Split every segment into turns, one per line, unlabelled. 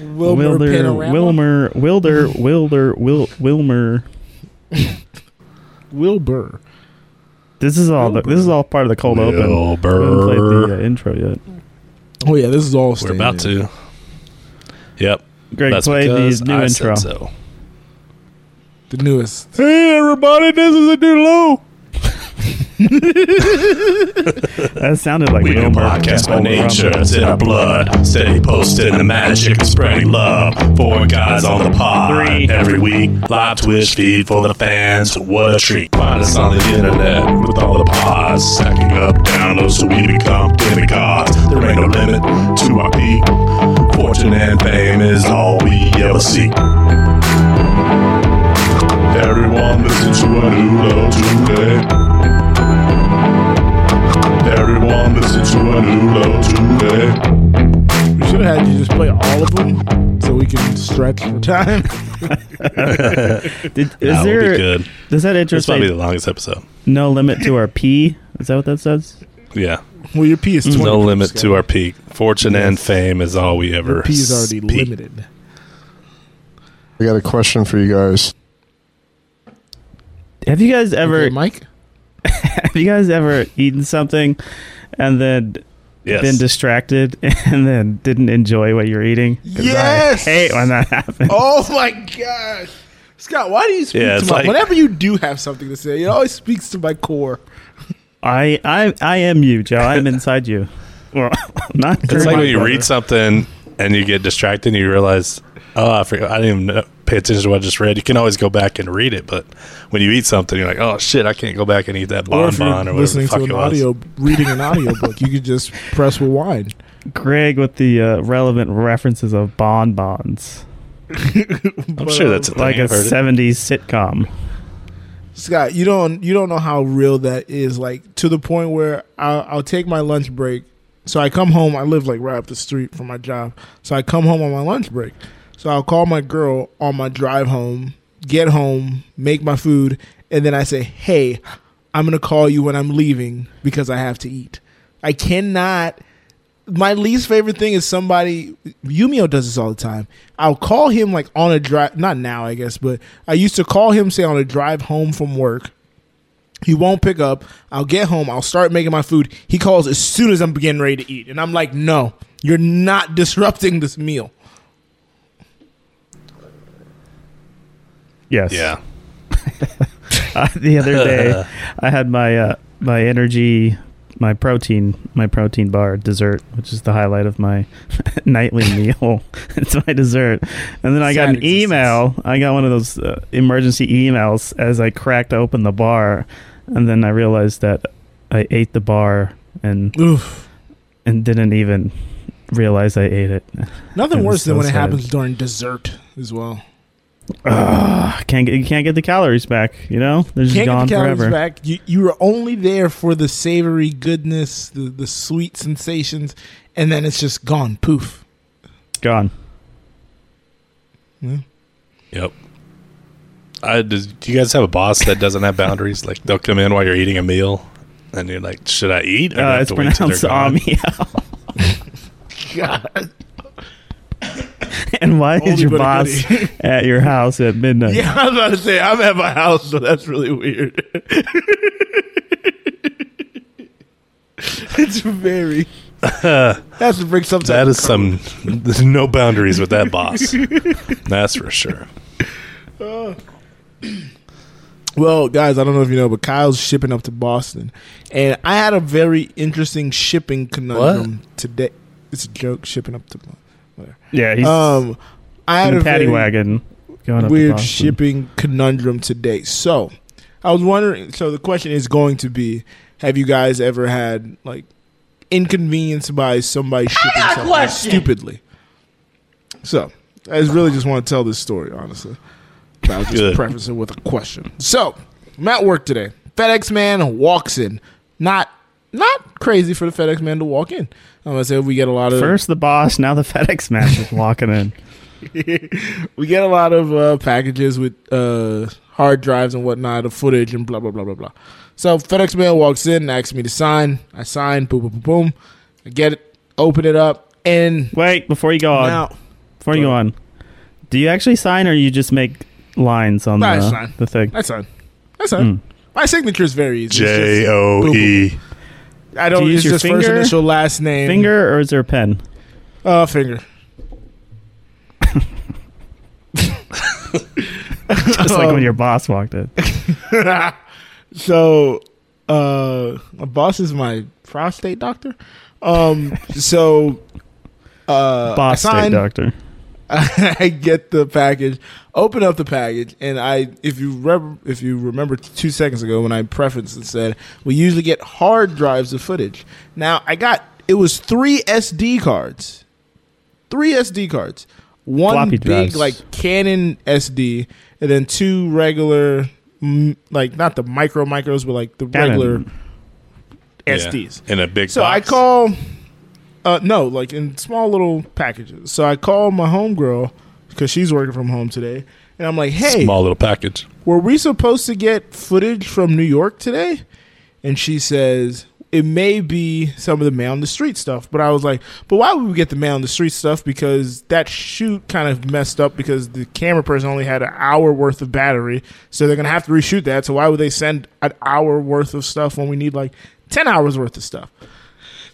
Wilmer Panorama?
Wilmer, Wilder, Wilder, Wil, Wilmer.
Wilbur.
This is all. The, this is all part of the cold open.
Wilbur.
We haven't played the uh, intro yet.
Oh yeah, this is all.
We're about to. Yep.
Greg played the new
I
intro.
said so.
The newest.
Hey everybody, this is a new low. that sounded like
We do
Wilmer
podcast by
Panorama.
nature. It's in our blood. Steady posting the magic and spreading love. Four guys on the pod
Three.
every week. Live Twitch feed for the fans. What a treat! Find us on the internet with all the pods stacking up downloads so we become demigods. There ain't no limit to our peak. Fortune and fame is all we ever seek. Everyone listen to a new low today. Everyone listen to a new low today.
We should have had you just play all of them so we can stretch for time.
Did, is
That would
there?
be good.
Does that intro
This might be
say
the longest episode.
no limit to our P? Is that what that says?
Yeah.
well, your P is twenty.
no limit to our peak. Fortune and fame is all we ever.
Your P is already
speak.
limited.
I got a question for you guys.
Have you guys ever?
Okay, Mike.
have you guys ever eaten something and then
Yes.
been distracted and then didn't enjoy what you're eating? 'Cause
Yes!
I hate when that happens.
Oh my gosh. Scott, why do you speak
Yeah,
to
it's
my
like-
whenever you do have something to say, it always speaks to my core.
I, I, I am you, Joe. I'm inside you. Well, not.
it's like when you read something and you get distracted and you realize, oh, I forgot. I didn't even know- pay attention to what I just read. You can always go back and read it, but when you eat something, you're like, oh shit, I can't go back and eat that bonbon or, whatever the
listening
fuck
to
it
an
was.
audio reading an audiobook, you could just press rewind.
Greg with the uh, relevant references of bonbons,
I'm sure that's a thing.
like a
I've heard it.
'70s sitcom.
Scott, you don't you don't know how real that is. Like to the point where I'll, I'll take my lunch break. So I come home. I live like right up the street from my job. So I come home on my lunch break. So I'll call my girl on my drive home, get home, make my food, and then I say, "Hey, I'm gonna call you when I'm leaving because I have to eat. I cannot." my least favorite thing is somebody Yumio does this all the time. I'll call him like on a drive not now I guess, but I used to call him say on a drive home from work. He won't pick up. I'll get home. I'll start making my food. He calls as soon as I'm getting ready to eat. And I'm like, no, you're not disrupting this meal.
Yes.
Yeah.
Uh, the other day, I had my uh, my energy, my protein, my protein bar dessert, which is the highlight of my nightly meal. it's my dessert, and then I got
Sad
an
existence.
email. I got one of those uh, emergency emails as I cracked open the bar, and then I realized that I ate the bar and
Oof.
and didn't even realize I ate it.
Nothing
I'm
worse
so
than when
sad.
it happens during dessert as well.
Ugh, can't get, you can't get the calories back. You know, they're just
Can't get
gone
the calories
forever.
back. You, you were only there for the savory goodness, the, the sweet sensations, and then it's just gone. Poof.
Gone.
Yep. I does, do you guys have a boss that doesn't have boundaries? like they'll come in while you're eating a meal, and you're like, "Should I eat?" Or do I
Uh,
have
it's
to wait till
pronounced
they're gone?
Amio. God. And why
Oldie
is your
but a
boss at your house at midnight?
Yeah, I was about to say I'm at my house, so that's really weird. it's very. that's to bring something.
Uh, That is some there's no boundaries with that boss. That's for sure.
well, guys, I don't know if you know, but Kyle's shipping up to Boston, and I had a very interesting shipping conundrum today. It's a joke. Shipping up to whatever.
Yeah, he's
Um, I had
in
a
a paddy
very,
wagon going up to
weird
Boston.
shipping conundrum today. So, I was wondering. So the question is going to be: Have you guys ever had like inconvenienced by somebody shipping something stupidly? So I just really just want to tell this story, honestly. But I'll just
Good.
preface it with a question. So I'm at work today. FedEx man walks in. Not not crazy for the FedEx man to walk in. I'm gonna say we get a lot of
First the boss, now the FedEx man is walking in.
we get a lot of uh, packages with uh, hard drives and whatnot, of footage and blah blah blah blah blah. So FedEx man walks in, and asks me to sign. I sign, boom boom boom boom. I get it, open it up, and
Wait, before you go on,
now
Before you go on, do you actually sign or you just make lines on
No, I
the,
sign.
the thing?
That's on. That's on.
Mm.
My signature's very easy. It's
J O E.
just- I don't
Do you
use
use your
just first
finger?
initial, last name.
Finger or is there a pen?
Uh, finger.
Just like
Um,
when your boss walked in.
so uh my boss is my prostate doctor um so uh
Boss
I
state
sign-
doctor.
I get the package, open up the package, and I, if you re- if you remember two seconds ago when I prefaced and said we usually get hard drives of footage. Now I got it was three SD cards, three SD cards, one
Floppy
big
drives.
like Canon SD, and then two regular, mm, like not the micro micros, but like the
Canon.
regular SDs.
In a big
So
box.
I call, uh, no, like in small little packages. So I call my homegirl because she's working from home today, and I'm like, "Hey,
Small little package.
were we supposed to get footage from New York today?" And she says, "It may be some of the man on the street stuff." But I was like, "But why would we get the man on the street stuff? Because that shoot kind of messed up because the camera person only had an hour worth of battery, so they're gonna have to reshoot that. So why would they send an hour worth of stuff when we need like ten hours worth of stuff?"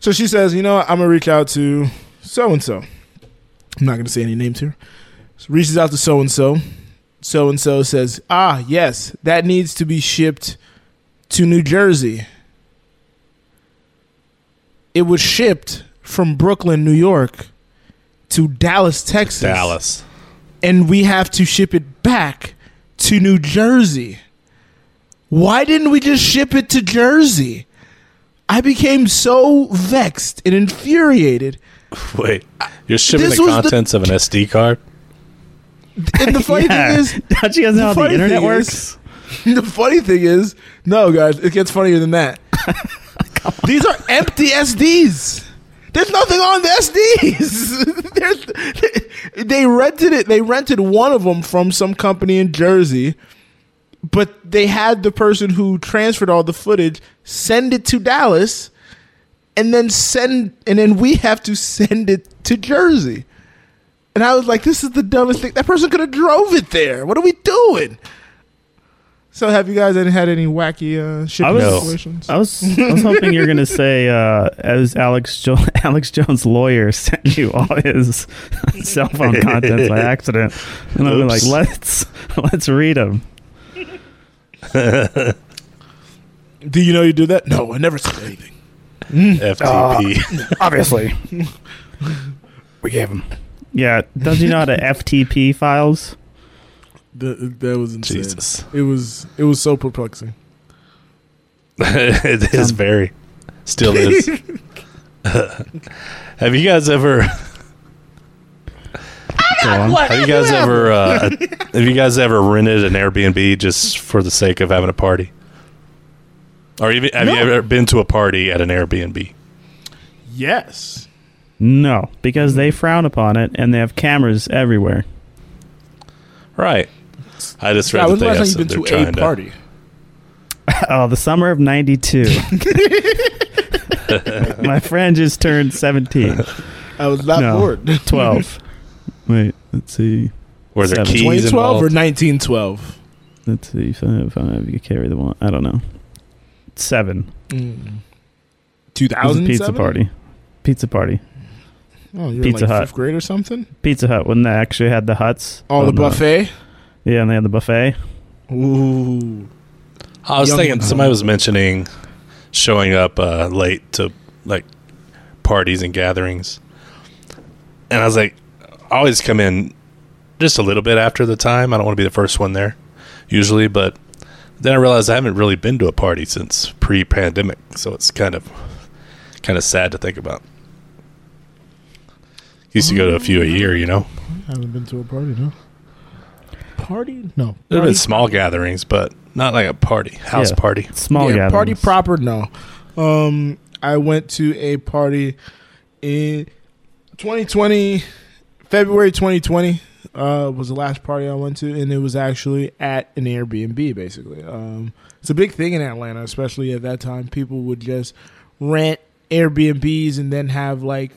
So she says, you know, what? I'm gonna reach out to so and so. I'm not gonna say any names here. So reaches out to so and so. So and so says, ah, yes, that needs to be shipped to New Jersey. It was shipped from Brooklyn, New York, to Dallas, Texas,
Dallas.
and we have to ship it back to New Jersey. Why didn't we just ship it to Jersey? I became so vexed and infuriated.
Wait, you're shipping
This
the
was the-
contents of an SD card?
And the funny
Yeah.
thing
Don't you guys know how the
funny
internet
thing
works?
is, the funny thing is, no, guys, it gets funnier than that. These are empty SDs. There's nothing on the SDs. There's, they rented it. They rented one of them from some company in Jersey, but they had the person who transferred all the footage send it to Dallas, and then send, and then we have to send it to Jersey. And I was like, "This is the dumbest thing. That person could have drove it there. What are we doing?" So, have you guys had any wacky uh, shipping
I was-
situations?
I was I was hoping you were gonna say uh, as Alex jo- Alex Jones' lawyer sent you all his cell phone contents by accident, and I'm like,
Oops.
let's let's read them.
Do you know you do that? No, I never said anything. Uh.
FTP.
Obviously,
We gave him.
yeah. Does you know how to FTP files?
That, that was insane.
Jesus.
It was it was so perplexing.
it is very. Still is. Have you guys ever.
Go on.
Have you guys ever uh, have you guys ever rented an Airbnb just for the sake of having a party? Or even have you
No.
ever been to a party at an Airbnb?
Yes.
No, because they frown upon it, and they have cameras everywhere.
Right. I just read
Yeah, when's
that
the
they have
last
some,
time
they're
you've been
trying
to a
to.
party?
Oh, the summer of '92. My friend just turned 17.
I was not
No.
bored.
12. Wait, let's see.
Were there
Seven.
keys
2012
involved?
or 1912?
Let's see, five, five. You carry the one. I don't know. Seven.
Mm.
It was a
2007?
pizza party. Pizza party.
Oh, you're
Pizza
in like
Hut.
fifth grade or something?
Pizza Hut when they actually had the huts.
Oh, the
on
buffet?
yeah, and they had the buffet.
Ooh.
I was
Young-
thinking somebody was mentioning showing up uh, late to like parties and gatherings, and I was like, I always come in just a little bit after the time. I don't want to be the first one there usually, but then I realized I haven't really been to a party since pre-pandemic, so it's kind of kind of sad to think about. Used to go to a few a year, you know.
I haven't been to a party, no. Party? No.
There have
Party-
been small gatherings, but not like a party, house
Yeah.
party.
Small
yeah,
gatherings.
party proper, no. Um, I went to a party in 2020, February 2020 uh, was the last party I went to, and it was actually at an Airbnb, basically. Um, it's a big thing in Atlanta, especially at that time. People would just rent Airbnbs and then have like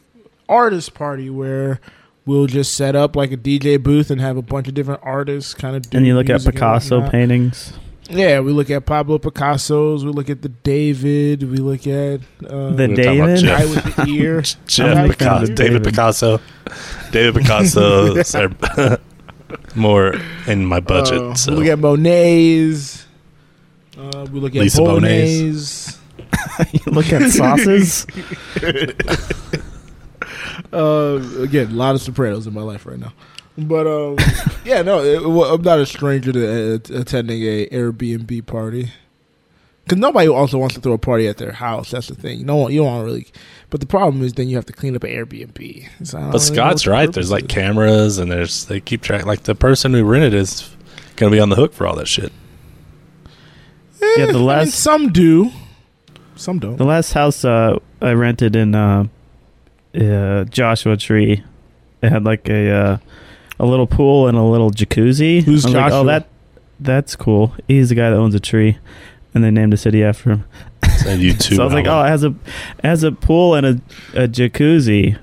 artist party where we'll just set up like a DJ booth and have a bunch of different artists kind of. do
and you look at
music and
Picasso
whatnot.
paintings.
Yeah, we look at Pablo Picasso's. We look at the David. We look at uh, the
The
We're talking about
David.
guy with the ear.
Jeff
I'm not a fan
Picasso,
of
David,
David.
Picasso, David Picasso are more in my budget.
Uh,
so
We look at Monet's. Uh, we look at
Lisa
Lisa
Bonet's.
you look at sauces.
Uh, again, a lot of Sopranos in my life right now. But um, yeah, no, it, well, I'm not a stranger to uh, attending a Airbnb party. Because nobody also wants to throw a party at their house. That's the thing. No one, you don't want to really. But the problem is, then you have to clean up an Airbnb. So I don't really know
But Scott's
what the
right.
purpose
There's
is.
like cameras, and there's they keep track. Like the person who rented is gonna be on the hook for all that shit.
Yeah, the
Eh, I mean,
last-
some do, some don't.
The last house uh, I rented in uh, uh, Joshua Tree, it had like a uh, a little pool and a little jacuzzi.
Who's
I was Like, oh,
Joshua?
that that's cool. He's the guy that owns a tree, and they named a city after him.
So you too.
so I was like, oh,
Alan.
it has a it has a pool and a, a jacuzzi.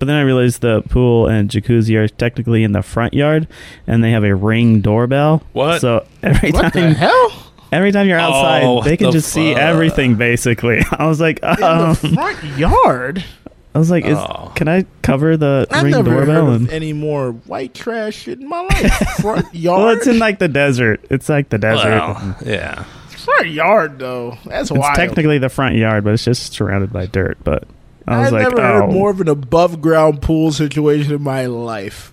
But then I realized the pool and jacuzzi are technically in the front yard, and they have a ring doorbell.
What?
oh, So every
what the
time,
hell?
every time you're outside,
Oh,
they can
the
just see
fuck.
everything. Basically, I was like,
In
um,
the front yard.
I was like, is,
Oh.
can I cover the
I've
ring
never heard
doorbell?
of
And,
any more white trash shit in my life. front yard.
well, it's in like the desert. It's like the desert.
Well, yeah.
front yard though. That's
it's
wild.
technically the front yard, but it's just surrounded by dirt. But I was
I've
like,
never
oh,
heard more of an above ground pool situation in my life.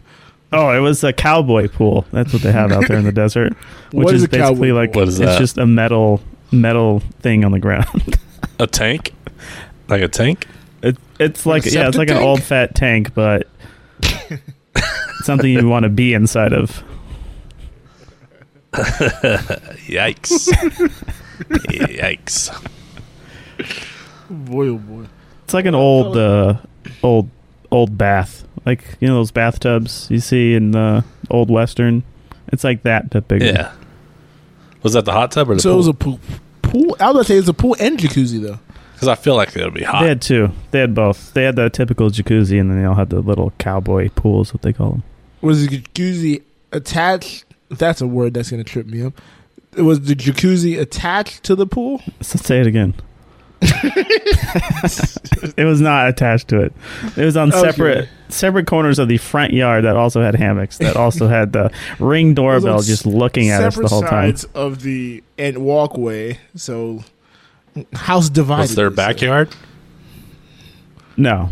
oh, it was a cowboy pool. That's what they have out there in the desert, which
What
is,
is a cowboy
basically
pool?
like
What is
it's
that?
just a metal metal thing on the ground.
A tank, like a tank.
It, it's like
a
yeah, it's
septic
like an
tank?
old fat tank, but something you want to be inside of.
Yikes! Yikes!
Boy, oh boy.
It's like an old, uh, old, old bath. Like you know those bathtubs you see in the old western. It's like that, but bigger.
Yeah. Was that the hot tub or the
So it was
pool?
a pool. Pool. I was gonna say it's a pool and jacuzzi though.
Because I feel like it would be hot.
They had two. They had both. They had the typical jacuzzi, and then they all had the little cowboy pools, what they call them.
Was the jacuzzi attached? That's a word that's gonna trip me up. Was the jacuzzi attached to the pool?
So say it again. it was not attached to it. It was on
Okay.
separate separate corners of the front yard that also had hammocks. That also had the ring doorbell just looking at us the
Separate
whole time.
sides of the and walkway. So house divided.
Was their
they say.
backyard?
No,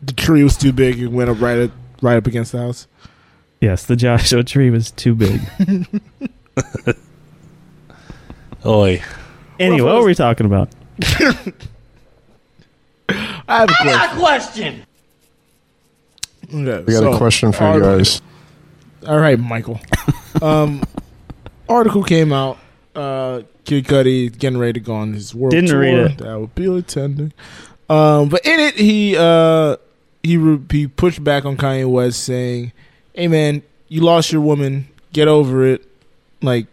The tree was too big and went up right, at, right up against the house.
yes, the Joshua tree was too big.
Oi!
Anyway, what were we talking about?
I have a question. question. Okay,
I got
so,
a question for you
art-
guys.
All right, Michael. um, article came out. Uh, Kid Cudi getting ready to go on his world
Didn't
tour
read it.
that I would be attending. Um, but in it, he uh, he re- he pushed back on Kanye West, saying, "Hey, man, you lost your woman. Get over it. Like,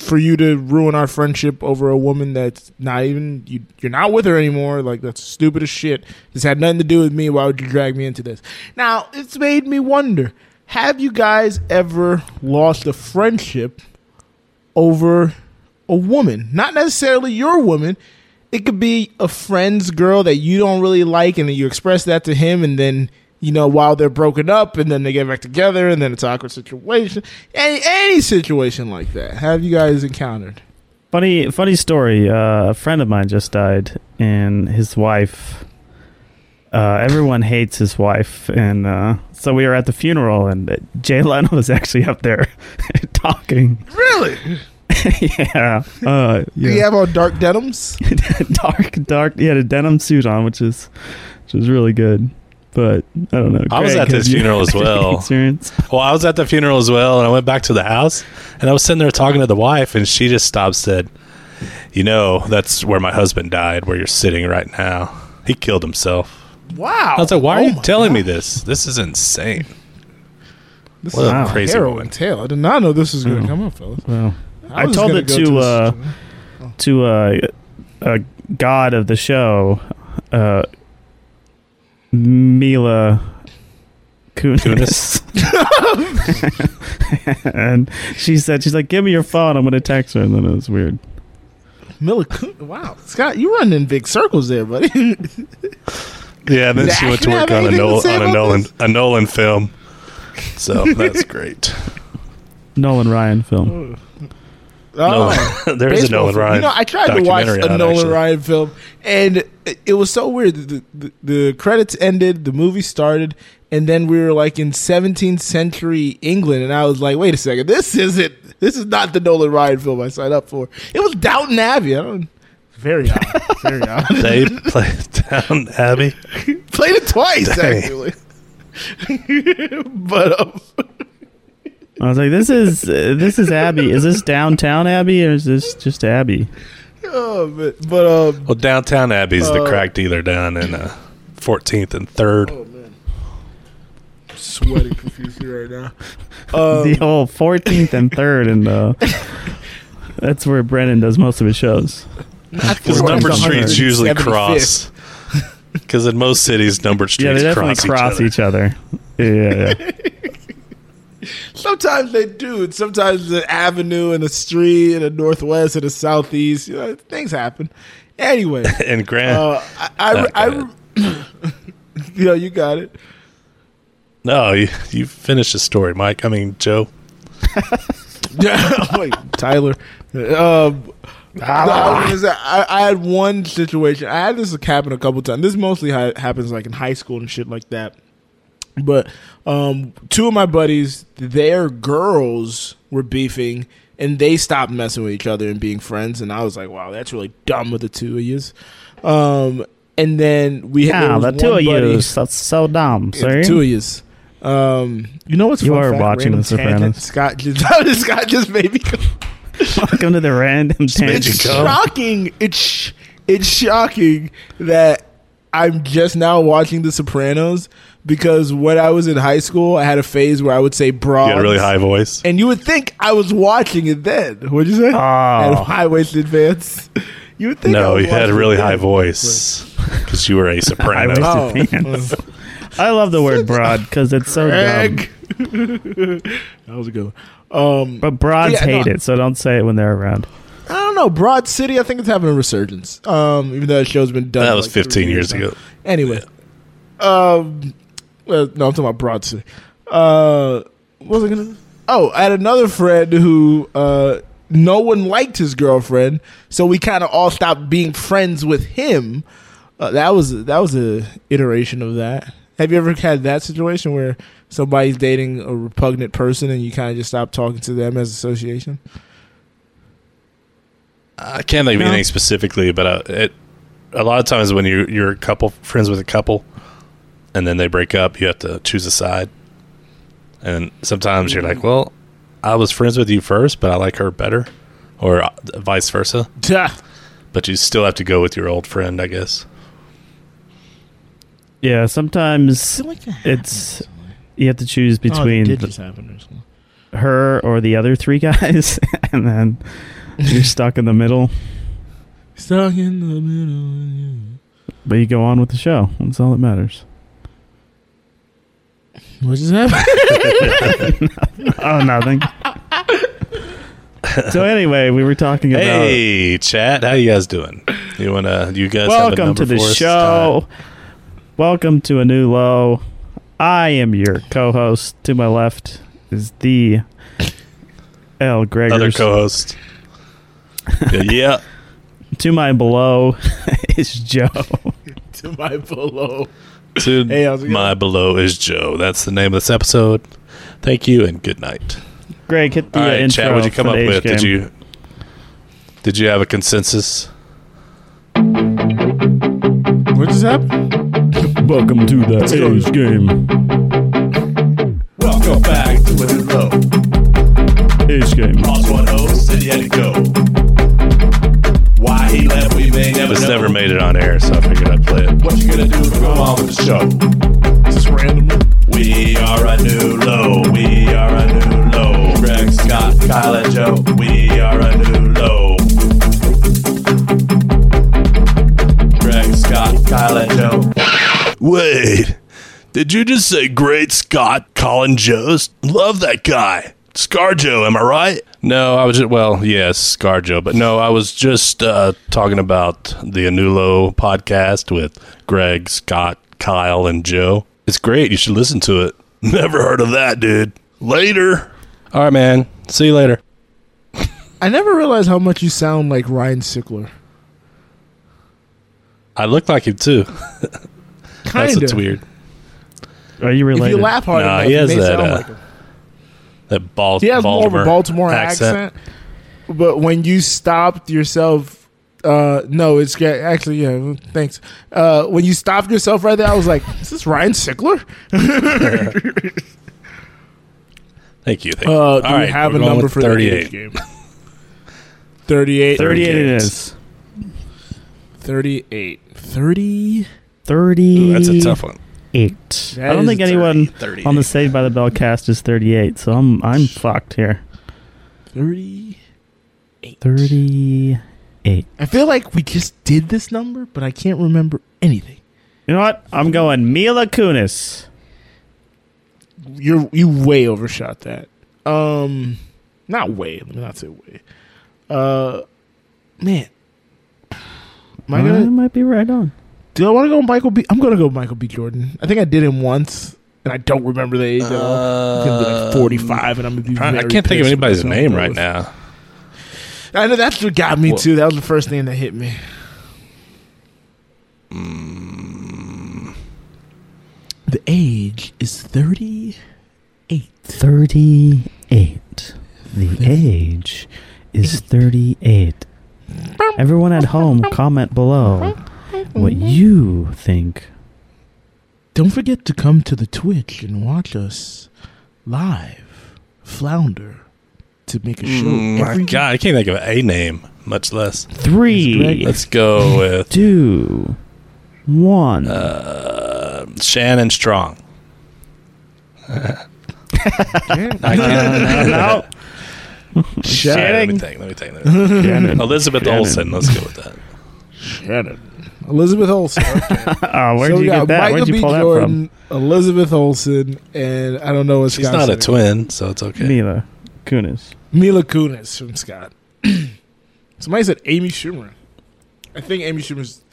for you to ruin our friendship over a woman that's not even you, you're not with her anymore. Like, that's stupid as shit. This had nothing to do with me. Why would you drag me into this? Now, it's made me wonder: Have you guys ever lost a friendship over a woman? Not necessarily your woman." it could be a friend's girl that you don't really like and then you express that to him and then you know while they're broken up and then they get back together and then it's an awkward situation any any situation like that have you guys encountered
Funny, funny story. Uh, a friend of mine just died, and his wife. Uh, everyone hates his wife, and uh, so we were at the funeral, and Jay Leno was actually up there talking.
really
yeah, uh,
do you
yeah.
have on dark denims
dark, dark. He had a denim suit on, which is, which is really good. But I don't know.
I was
Greg,
at
have
this
you-
funeral as well.
Experience.
Well, I was at the funeral as well, and I went back to the house, and I was sitting there talking to the wife, and she just stopped, said, "You know, that's where my husband died, where you're sitting right now. He killed himself."
wow
I was like, "Why are
Oh
you
my
telling me
God.
this? This is insane."
this
What
is
a
Wow.
a
crazy
harrowing
woman.
tale i did not know this was gonna
Oh.
come up fellas
Well, I
was
told
gonna
it
go
to,
this-
uh, to uh, a god of the show, uh, Mila Kunis.
Kunis.
and she said, she's like, give me your phone. I'm going to text her. And then it was weird.
Mila Kun- Wow, Scott, you run in big circles there, buddy.
Yeah, and then
Nah,
she went to
you
work
have
on a
anything to
Nolan,
say
on a
about
Nolan,
this?
a Nolan film. So that's great.
Nolan Ryan film.
Oh.
Nolan, there is a
Baseball
Nolan
film.
Ryan.
You know, I tried to watch a
documentary out,
Nolan
actually.
Ryan film, and it- it was so weird. The, the, the credits ended, the movie started, and then we were like in 17th century England, and I was like, "Wait a second, this isn't. This is not the Nolan Ryan film I signed up for. It was Downton Abbey. I don't." Very odd. Very odd.
They played down Abbey.
Played it twice
Dang.
actually. but um,
I was like, this is uh, this is Abbey. Is this downtown Abbey or is this just Abbey?
oh, but, but um,
Well, downtown Abbey's the
Uh,
crack dealer down in uh, 14th and 3rd.
oh man, I'm sweating profusely right now. Um,
the whole 14th and 3rd and uh that's where Brennan does most of his shows.
Because
Or
numbered
it's
streets usually
175th.
cross. Because in most cities, numbered streets
yeah, they definitely
cross,
cross
each
each other. Yeah, yeah.
Sometimes they do. and Sometimes the avenue and the street and the northwest and the southeast. You know, things happen. Anyway,
other. And Grant,
uh, I, I,
I
I,
got
you know, you got it.
no, you, you finished the story, Mike. I mean, Joe.
Yeah, wait, Tyler. Um, no, I, was gonna say, I, I had one situation. I had this happen a couple times. This mostly ha- happens like in high school and shit like that. But um, two of my buddies, their girls were beefing, and they stopped messing with each other and being friends. And I was like, "Wow, that's really dumb with the two of yous." Um, and then we had
Ah,
there
the
was
two
one
of you.
buddy-
That's so dumb,
yeah, the
sir.
two of yous. Um, you know what's
You
fun
are
fact?
watching
Random
The Sopranos.
tangent. Scott just Scott just made me. go-
Welcome to the random
it's
tangent.
Come.
shocking. It's sh- it's shocking that I'm just now watching The Sopranos because when I was in high school, I had a phase where I would say
You
bra.
got a really high voice.
And you would think I was watching it then. What'd you say?
Oh.
high waisted pants. You would think I
No,
was
you had a
watching
really
it
high
then.
voice. Because you were a soprano.
High
Oh,
Pants. I love the word broad because it's so dumb.
Greg. that was a good one. Um,
But broads
Yeah, no.
hate it, so don't say it when they're around.
I don't know. Broad City, I think it's having a resurgence. Um, even though that show's been done.
that
for,
was
like, three
15 years
now.
ago.
Anyway, um, well, no, I'm talking about Broad City. Uh, what was I gonna? Oh, I had another friend who uh, no one liked his girlfriend, so we kind of all stopped being friends with him. Uh, that was that was a iteration of that. Have you ever had that situation where somebody's dating a repugnant person and you kind of just stop talking to them as association?
I can't think of
No.
anything specifically, but uh, it, a lot of times when you you're a couple friends with a couple, and then they break up, you have to choose a side. And sometimes you're
Mm.
like, "Well, I was friends with you first, but I like her better," or uh, vice versa. But you still have to go with your old friend, I guess.
Yeah, sometimes it's you have to choose
Oh,
between the- her or the other three guys, and then you're stuck in the middle.
Stuck in the middle.
But you go on with the show. That's all that matters.
What just happened?
Oh, nothing. so anyway, we were talking about
Hey, chat, how you guys doing? You wanna? You guys have a
welcome
number
to the
for us?
show. Welcome to a new low. I am your co-host. To my left is the L.
Uh, other
Gregors.
co-host. yeah, yeah.
to my below is Joe.
to my below.
To
Hey, how's it going?
my below is Joe. That's the name of this episode. Thank you and good night.
Greg, hit the
All
uh,
right,
intro.
Chad, what'd you come
for
up
the age
with? Did
game.
you did you have a consensus?
What just happened?
Welcome to the
go.
age game.
Welcome back to the low.
Age game.
Lost one host and he had to go. Why he left, we may never. This never made it on air, so I figured I'd play it. What you gonna do? Go on with the show.
Just randomly.
We are a new low. We are a new low. Greg, Scott, Kyle, and Joe. We are a new low. Greg, Scott, Kyle, and Joe. Wait. Did you just say great Scott Colin Jost? Love that guy. Scarjo, am I right? No, I was just, well, yes, Scarjo, but no, I was just uh, talking about the Anulo podcast with Greg, Scott, Kyle, and Joe. It's great. You should listen to it. Never heard of that, dude. Later. All right, man. See you later.
I never realized how much you sound like Ryan Sickler.
I look like him too. That's
Kind
what's
of.
weird.
Are you
If
related?
you laugh hard
Nah,
enough,
he
he
has
may
that,
sound
uh,
like him.
That ball.
He has more of
Voldemort
a Baltimore accent. But when you stopped yourself, uh, no, it's ga- actually yeah. Thanks. Uh, when you stopped yourself right there, I was like, "Is this Ryan Sickler?"
Thank you. Thank you.
Uh, do
All
we
right,
have
we're
a
going
number
with
for
38.
the age game? 38,
38 it
kids.
is.
38, 30.
30.
Ooh, that's a tough one.
Eight.
That
I don't
is
think
a
anyone
30.
on the Saved by the Bell cast is 38, so I'm I'm fucked here.
38.
38.
I feel like we just did this number, but I can't remember anything.
You know what? I'm going Mila Kunis.
You're you way overshot that. Um, not way. Let me not say way. Uh, man, am I
I
gonna?
might be right on.
Do I want to go Michael B? I'm gonna go Michael B. Jordan. I think I did him once, and I don't remember the age at all. It's gonna be like 45, and I'm gonna be.
Uh, I, I
very
can't think
pissed
of anybody's
with myself.
name right now.
I know that's what got me
Well-
too. That was the first thing that hit me. The age is 38.
38. The age is 38. Everyone at home, comment below what you think.
Don't forget to come to the Twitch and watch us live flounder to make a show.
Mm, my
every-
God, I can't think of a name, much less.
Three,
Let's go with
two, one.
Uh, Shannon Strong. I can't.
no,
All right, let me
Shannon.
think. Let me think. Let me think.
Shannon.
Elizabeth
Shannon.
Olsen. Let's go with that.
Shannon. Elizabeth Olsen. Okay.
Oh, where'd
So we
you
got
get that?
Michael
Where'd you
B.
pull
Jordan, Elizabeth Olsen, and I don't know what
She's
Scott
not a
said.
twin, so it's
that from?
okay.
Mila Kunis.
Mila Kunis from Scott. Somebody said Amy Schumer. I think Amy Schumer's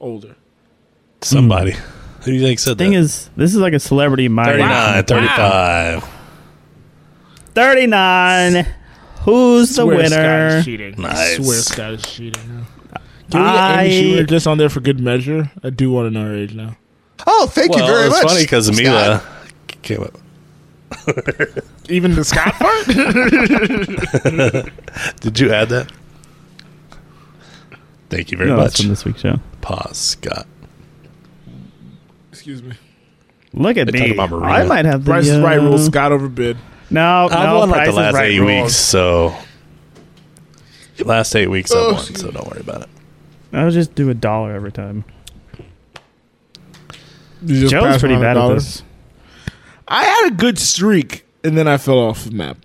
older.
Somebody. Who do you think said
Thing
that?
is, this is like a celebrity my
39,
age.
35.
39. Who's
Swear
the
Scott
winner?
is cheating.
Nice.
I swear Scott is cheating. now. Can we get Amy
I-
Schumer just on there for good measure? I do want to know her age now.
Oh, thank you
Well,
very
it's
much.
funny because
Scott.
Mila came up.
Even the Scott part?
Did you add that? Thank you very
No, that's
much.
from this week's show.
Pause, Scott.
Excuse me.
Look at
They're
me.
talking about Marina.
I might have the
Price is right
uh,
rule. Scott overbid.
No,
I've
no,
won like
Price
the
is
last
right
eight
rule.
weeks, so last eight weeks
Oh,
I've won,
excuse
so don't worry about it.
I'll just do a dollar every time.
You just
Joe's
pass
pretty
around a
bad at
dollar.
this.
I had a good streak, and then I fell off the map.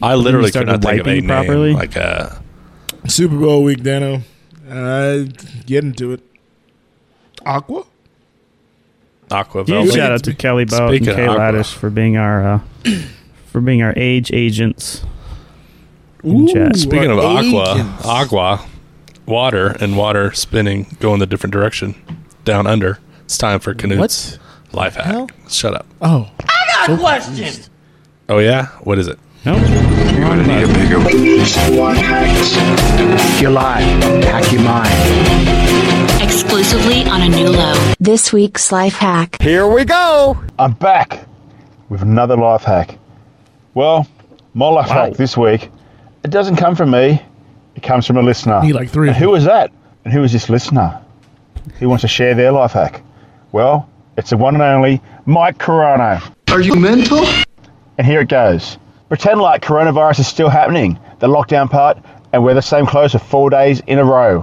I literally could
started
not think of a
wiping
name.
properly?
Like uh,
Super Bowl week, Dano. I get into it. Aqua?
Aqua
Huge
Well,
shout
wait,
out to Kelly Boat and
speaking of
Kay
Aqua.
Laddish for being our uh, for being our age agents. In chat.
Speaking of
our
aqua,
agents.
aqua, water and water spinning go in the different direction, down under. It's time for Canute's
What?
life hack.
hell?
Shut up.
Oh.
Oh yeah, what is it?
Nope.
your life, hack your mind.
exclusively on a new low.
This week's life hack.
I'm back with another life hack. Well, my life hack this week, it doesn't come from me, it comes from a listener.
Need like three
And
of
who is that? And who is this listener? Who wants to share their life hack? Well, it's the one and only Mike Corona.
Are you mental?
And here it goes. Pretend like coronavirus is still happening, the lockdown part, and wear the same clothes for four days in a row.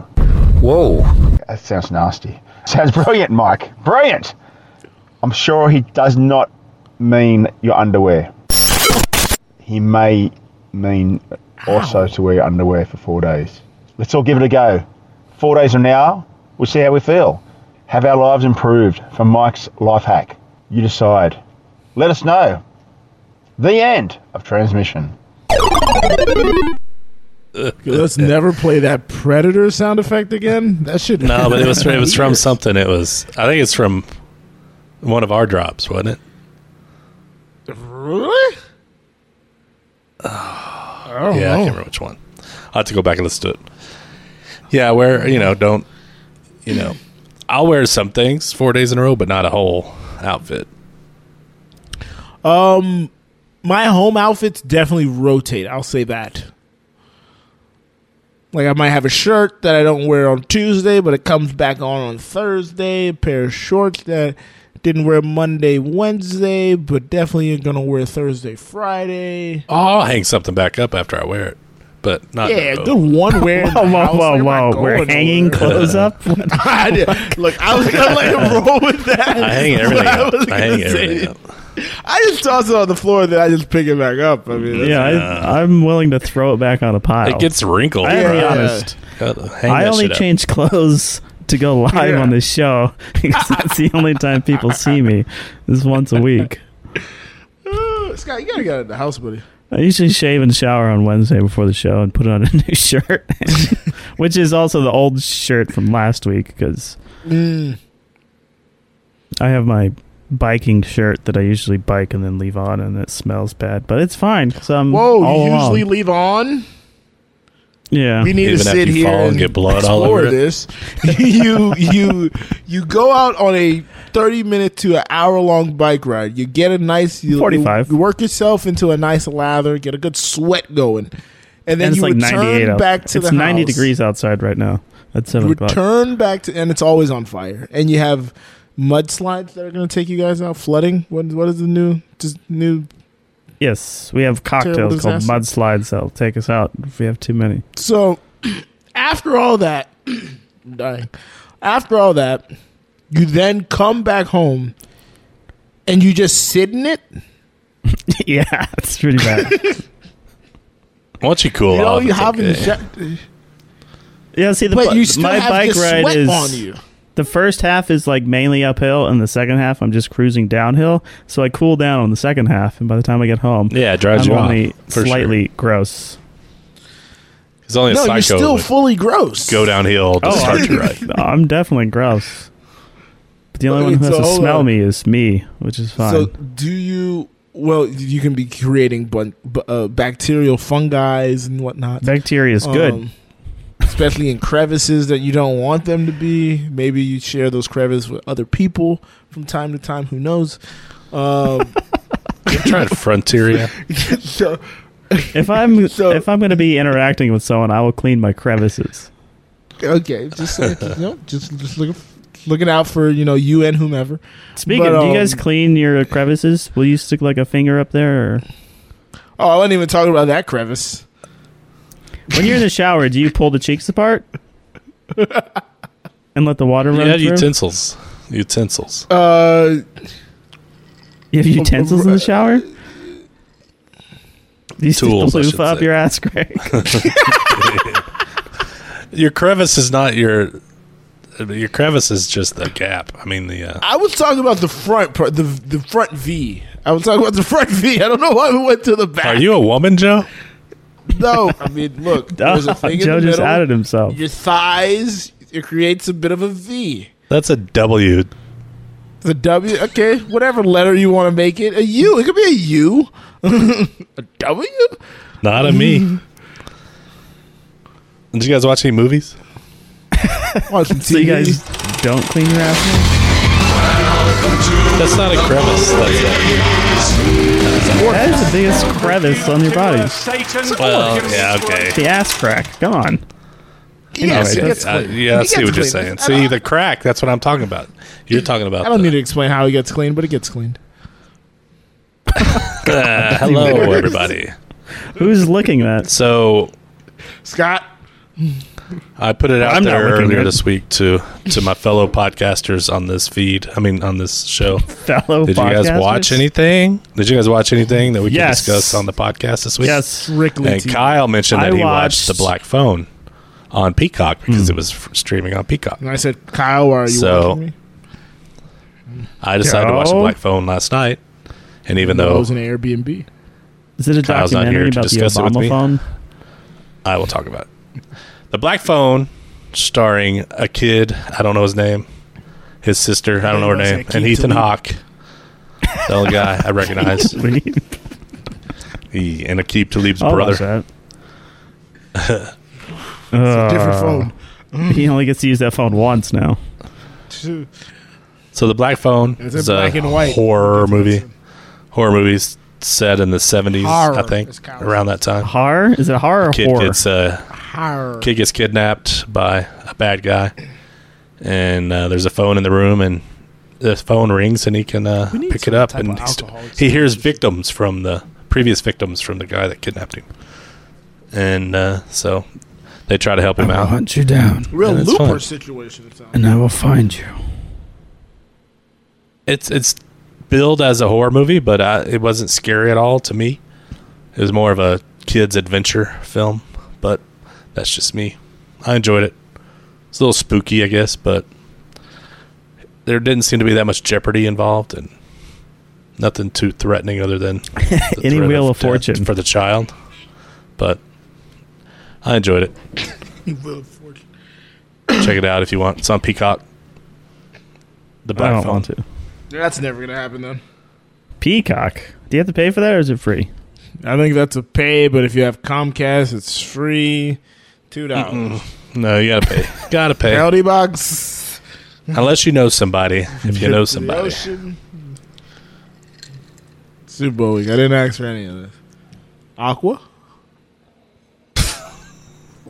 Whoa.
That sounds nasty. Sounds brilliant, Mike. Brilliant. I'm sure he does not mean your underwear. He may mean also to wear your underwear for four days. Let's all give it a go. Four days from now, we'll see how we feel. Have our lives improved from Mike's life hack. You decide. Let us know. The end of transmission.
Let's never play that Predator sound effect again. That should
No, but it was it was from something. It was I think it's from one of our drops, wasn't it?
Really? I don't
yeah, I
know.
can't remember which one. I have to go back and listen to it. Yeah, where you know don't you know I'll wear some things four days in a row, but not a whole outfit.
My home outfits definitely rotate. I'll say that. Like I might have a shirt that I don't wear on Tuesday, but it comes back on on Thursday. A pair of shorts that didn't wear Monday, Wednesday, but definitely gonna wear Thursday, Friday.
Oh, I'll hang something back up after I wear it, but not
Yeah, good one wear. in the
Whoa, whoa,
house.
whoa,
Am I
whoa.
going
We're
nowhere?
hanging clothes up? What?
I did. Look, I was gonna let him roll with that.
I hang everything
That's
up.
what was
I hang
gonna say.
everything up.
I just toss it on the floor, then I just pick it back up. I mean, that's-
Yeah, I, I'm willing to throw it back on a pile.
It gets wrinkled.
I gotta be
Yeah.
honest.
Uh, hang
I
that
only
shit up.
change clothes to go live
Yeah.
on this show because that's the only time people see me is once a week.
Uh, Scott, you gotta get out of the house, buddy.
I usually shave and shower on Wednesday before the show and put on a new shirt, which is also the old shirt from last week because
Mm.
I have my biking shirt that I usually bike and then leave on, and it smells bad, but it's fine. So I'm
Whoa,
all
you
along.
usually leave on.
yeah.
We need
Even
to
after
sit
you
here
fall and
and
get blood all
explore
over it?
this. you you you go out on a thirty minute to an hour long bike ride. You get a nice you,
45.
You work yourself into a nice lather, get a good sweat going, and then
and it's
you
like 98
return
out-
back to
it's
the
90
house.
degrees outside right now at 7 o'clock
return back to and it's always on fire and you have mudslides that are going to take you guys out flooding what, what is the new just new
yes we have cocktails called
disaster.
mudslides that'll take us out if we have too many
so after all that I'm dying after all that you then come back home and you just sit in it
yeah it's pretty bad
Once you cool
you know
off,
you
it's
have in the
okay.
sh-
yeah see the
but
bu-
you still
my
have
bike
this
ride
sweat
is
on you
the first half is like mainly uphill and the second half i'm just cruising downhill so i cool down on the second half and by the time i get home
yeah, it drives
i'm
you
only
off. for sure.
slightly gross
It's only a
no
psycho.
you're still
would
fully gross
go downhill to
Oh,
start
I-
your ride.
i'm definitely gross but the only
Wait,
one who has
so
to
hold
smell
on.
me is me which is fine
uh, So do you? Well, you can be creating bun- b- uh, bacterial fungi and whatnot.
bacteria is good
Um, especially in crevices that you don't want them to be. Maybe you share those crevices with other people from time to time. Who knows? Um,
You ever tried Frontier?
so,
If I'm
So-
if I'm going to be interacting with someone, I will clean my crevices.
okay, just uh, you know, just just looking looking out for you know you and whomever.
Speaking,
But,
do you guys
um,
clean your crevices? Will you stick like a finger up there? Or?
Oh, I wasn't even talking about that crevice.
When you're in the shower, do you pull the cheeks apart and let the water
You
run
had
through?
utensils. Utensils.
Uh,
you have utensils in the shower. Do you
Tools, I
stick
should
the loofah up
say.
your ass, Greg?
Your crevice is not your. Your crevice is just the gap. I mean the. Uh,
I was talking about the front part, the the front V. I was talking about the front V. I don't know why we went to the back.
are you a woman, Joe?
No, I mean, look, there's a thing in
Joe
the
just
middle.
outed himself.
Your thighs, it creates a bit of a V.
That's a W.
The W, okay, whatever letter you want to make it, a U. It could be a U, a W.
Not a me. Did you guys watch any movies?
Watch some TV.
So you guys don't clean your ass.
That's not a crevice. That's
That is the biggest crevice on your
Uh,
body.
a, well, yeah, okay.
The ass crack. Come on.
yeah,
Anyway,
it
that's-
gets
Uh,
clean.
yeah, I
It gets
see what you're
clean.
saying.
I don't-
See the crack. That's what I'm talking about. You're talking about.
I don't
the-
need to explain how it gets clean, but it gets clean.
Uh, hello, everybody.
Who's licking that?
So
Scott,
I put it out
I'm not
there
looking
earlier
good.
this week to to my fellow podcasters on this feed. I mean, on this show.
Fellow
Did you guys watch
podcasters?
anything? Did you guys watch anything that we
Yes.
can discuss on the podcast this week?
Yes.
Rickley.
And Kyle mentioned
I
that he watched
watched- Hmm.
The Black Phone on Peacock because it was f- streaming on Peacock.
and I said, Kyle, why are you
So-
watching me?
I decided to watch The
Yo.
Black Phone last night, and even
It
though
was an Airbnb.
Is it a
Kyle's not here
documentary
to
about the
discuss it with me.
Obama phone?
I will talk about it. The Black Phone, starring a kid, I don't know his name, his sister, I don't know her
Hey,
name,
what's that,
and
Keith
Ethan
Lee?
Hawke, the old guy I recognize, he, and Akeem Talib's
I'll watch
brother.
that.
Uh,
Different phone.
He only gets to use that phone once now.
So The Black Phone
Is
is,
it
a
black and white?
horror movie. Horror movies set in the 70s, I
Horror
think,
is counted.
around that time.
Horror? Is it horror or
Kid
horror?
gets uh,
Higher.
kid gets kidnapped by a bad guy, and uh, there's a phone in the room, and the phone rings, and he can uh,
need
pick
some
it up,
type
and
of
he's-
alcohol
he hears victims from the previous victims from the guy that kidnapped him, and uh, so they try to help him out.
hunt you down
Real
Yeah, it's
looper
fun.
situation. It sounds.
and I will find you.
It's it's billed as a horror movie, but I, it wasn't scary at all to me. It was more of a kids adventure film, but that's just me. I enjoyed it. It's a little spooky, I guess, but there didn't seem to be that much jeopardy involved and nothing too threatening other than the
Any
threat
Wheel of
death
Fortune.
for the child. But I enjoyed it.
Wheel of Fortune.
Check it out if you want. It's on Peacock. The
I
Black
don't
Phone.
want to.
That's never gonna happen then.
Peacock. Do you have to pay for that or is it free?
I think that's a pay, but if you have Comcast, it's free. Two dollars.
No, you gotta pay. gotta pay.
Penalty box.
Unless you know somebody. If you know somebody.
ocean. Super Bowl week. I didn't ask for any of this. Aqua.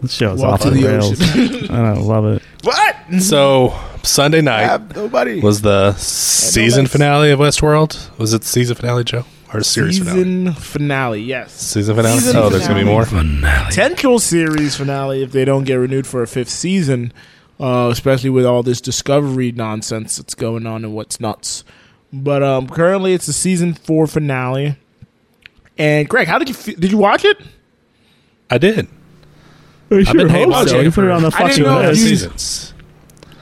This show's
Walk
off
to
the,
the
rails. I don't love it.
What?
So Sunday night
nobody.
was the season
that's-
finale of Westworld. Was it the season finale, Joe, or series finale?
season finale? Yes.
Season finale.
Season
oh, there's gonna be more.
finale. potential series finale if they don't get renewed for a fifth season, uh, especially with all this Discovery nonsense that's going on and what's nuts. But um, currently, it's the season four finale. And Greg, how did you fe- did you watch it?
I did.
I
sure Oh, been hope hate-watching so. it
You put it on the
for- I didn't
fucking
know if
Two
you-
list.
seasons.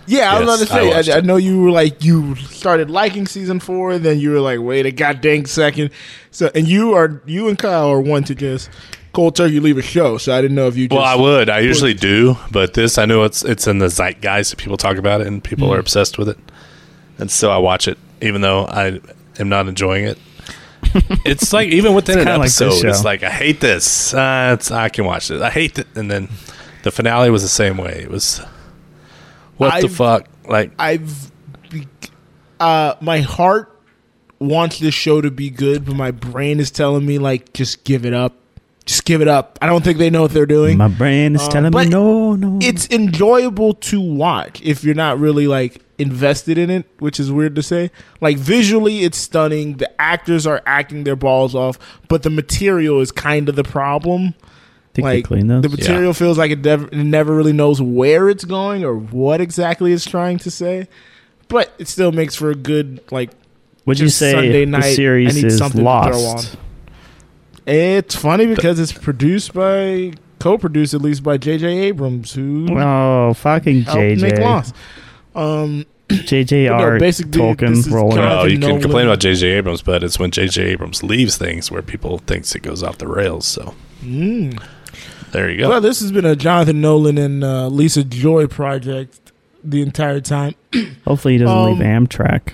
Yeah, I was
Yes,
about to
I
say.
watched
I, I,
it.
know you were like you started liking season four, and then you were like, wait a goddamn second. So, and you are you and Kyle are one to just cold turkey leave a show. So I didn't know if you. Just,
Well, I would. I usually do, but this I know it's it's in the zeitgeist. People talk about it, and people
Mm-hmm.
are obsessed with it, and so I watch it, even though I am not enjoying it. It's like even within an
kinda like this
episode, it's
show.
like I hate this. Uh, it's, I can watch this. I hate it, and then the finale was the same way. It was what the
I've-
fuck? Like
I've, be- uh, my heart wants this show to be good, but my brain is telling me like, just give it up, just give it up. I don't think they know what they're doing.
My brain is telling me
Uh, but
no, no.
it's enjoyable to watch if you're not really like invested in it, which is weird to say. Like visually, it's stunning. The actors are acting their balls off, but the material is kind of the problem
Think they
like
clean those?
the material feels like it, dev- it never really knows where it's going or what exactly it's trying to say but it still makes for a good like
Would you
just
say
Sunday night, I
the series
need
is
something to throw
lost?
eh, it's funny because it's produced by co-produced at least by jj abrams who
Oh, fucking
helped make
JJ.
lost um But no,
JJR
basically, this
Tolkien
is
rolling.
kind of-
up.
oh, you can
Nolan-
complain about J.J. Abrams, but it's when J.J. Abrams leaves things where people thinks it goes off the rails. So
mm.
there you go.
well this has been a jonathan nolan and uh, lisa joy project the entire time
Hopefully he doesn't
Um,
leave Amtrak.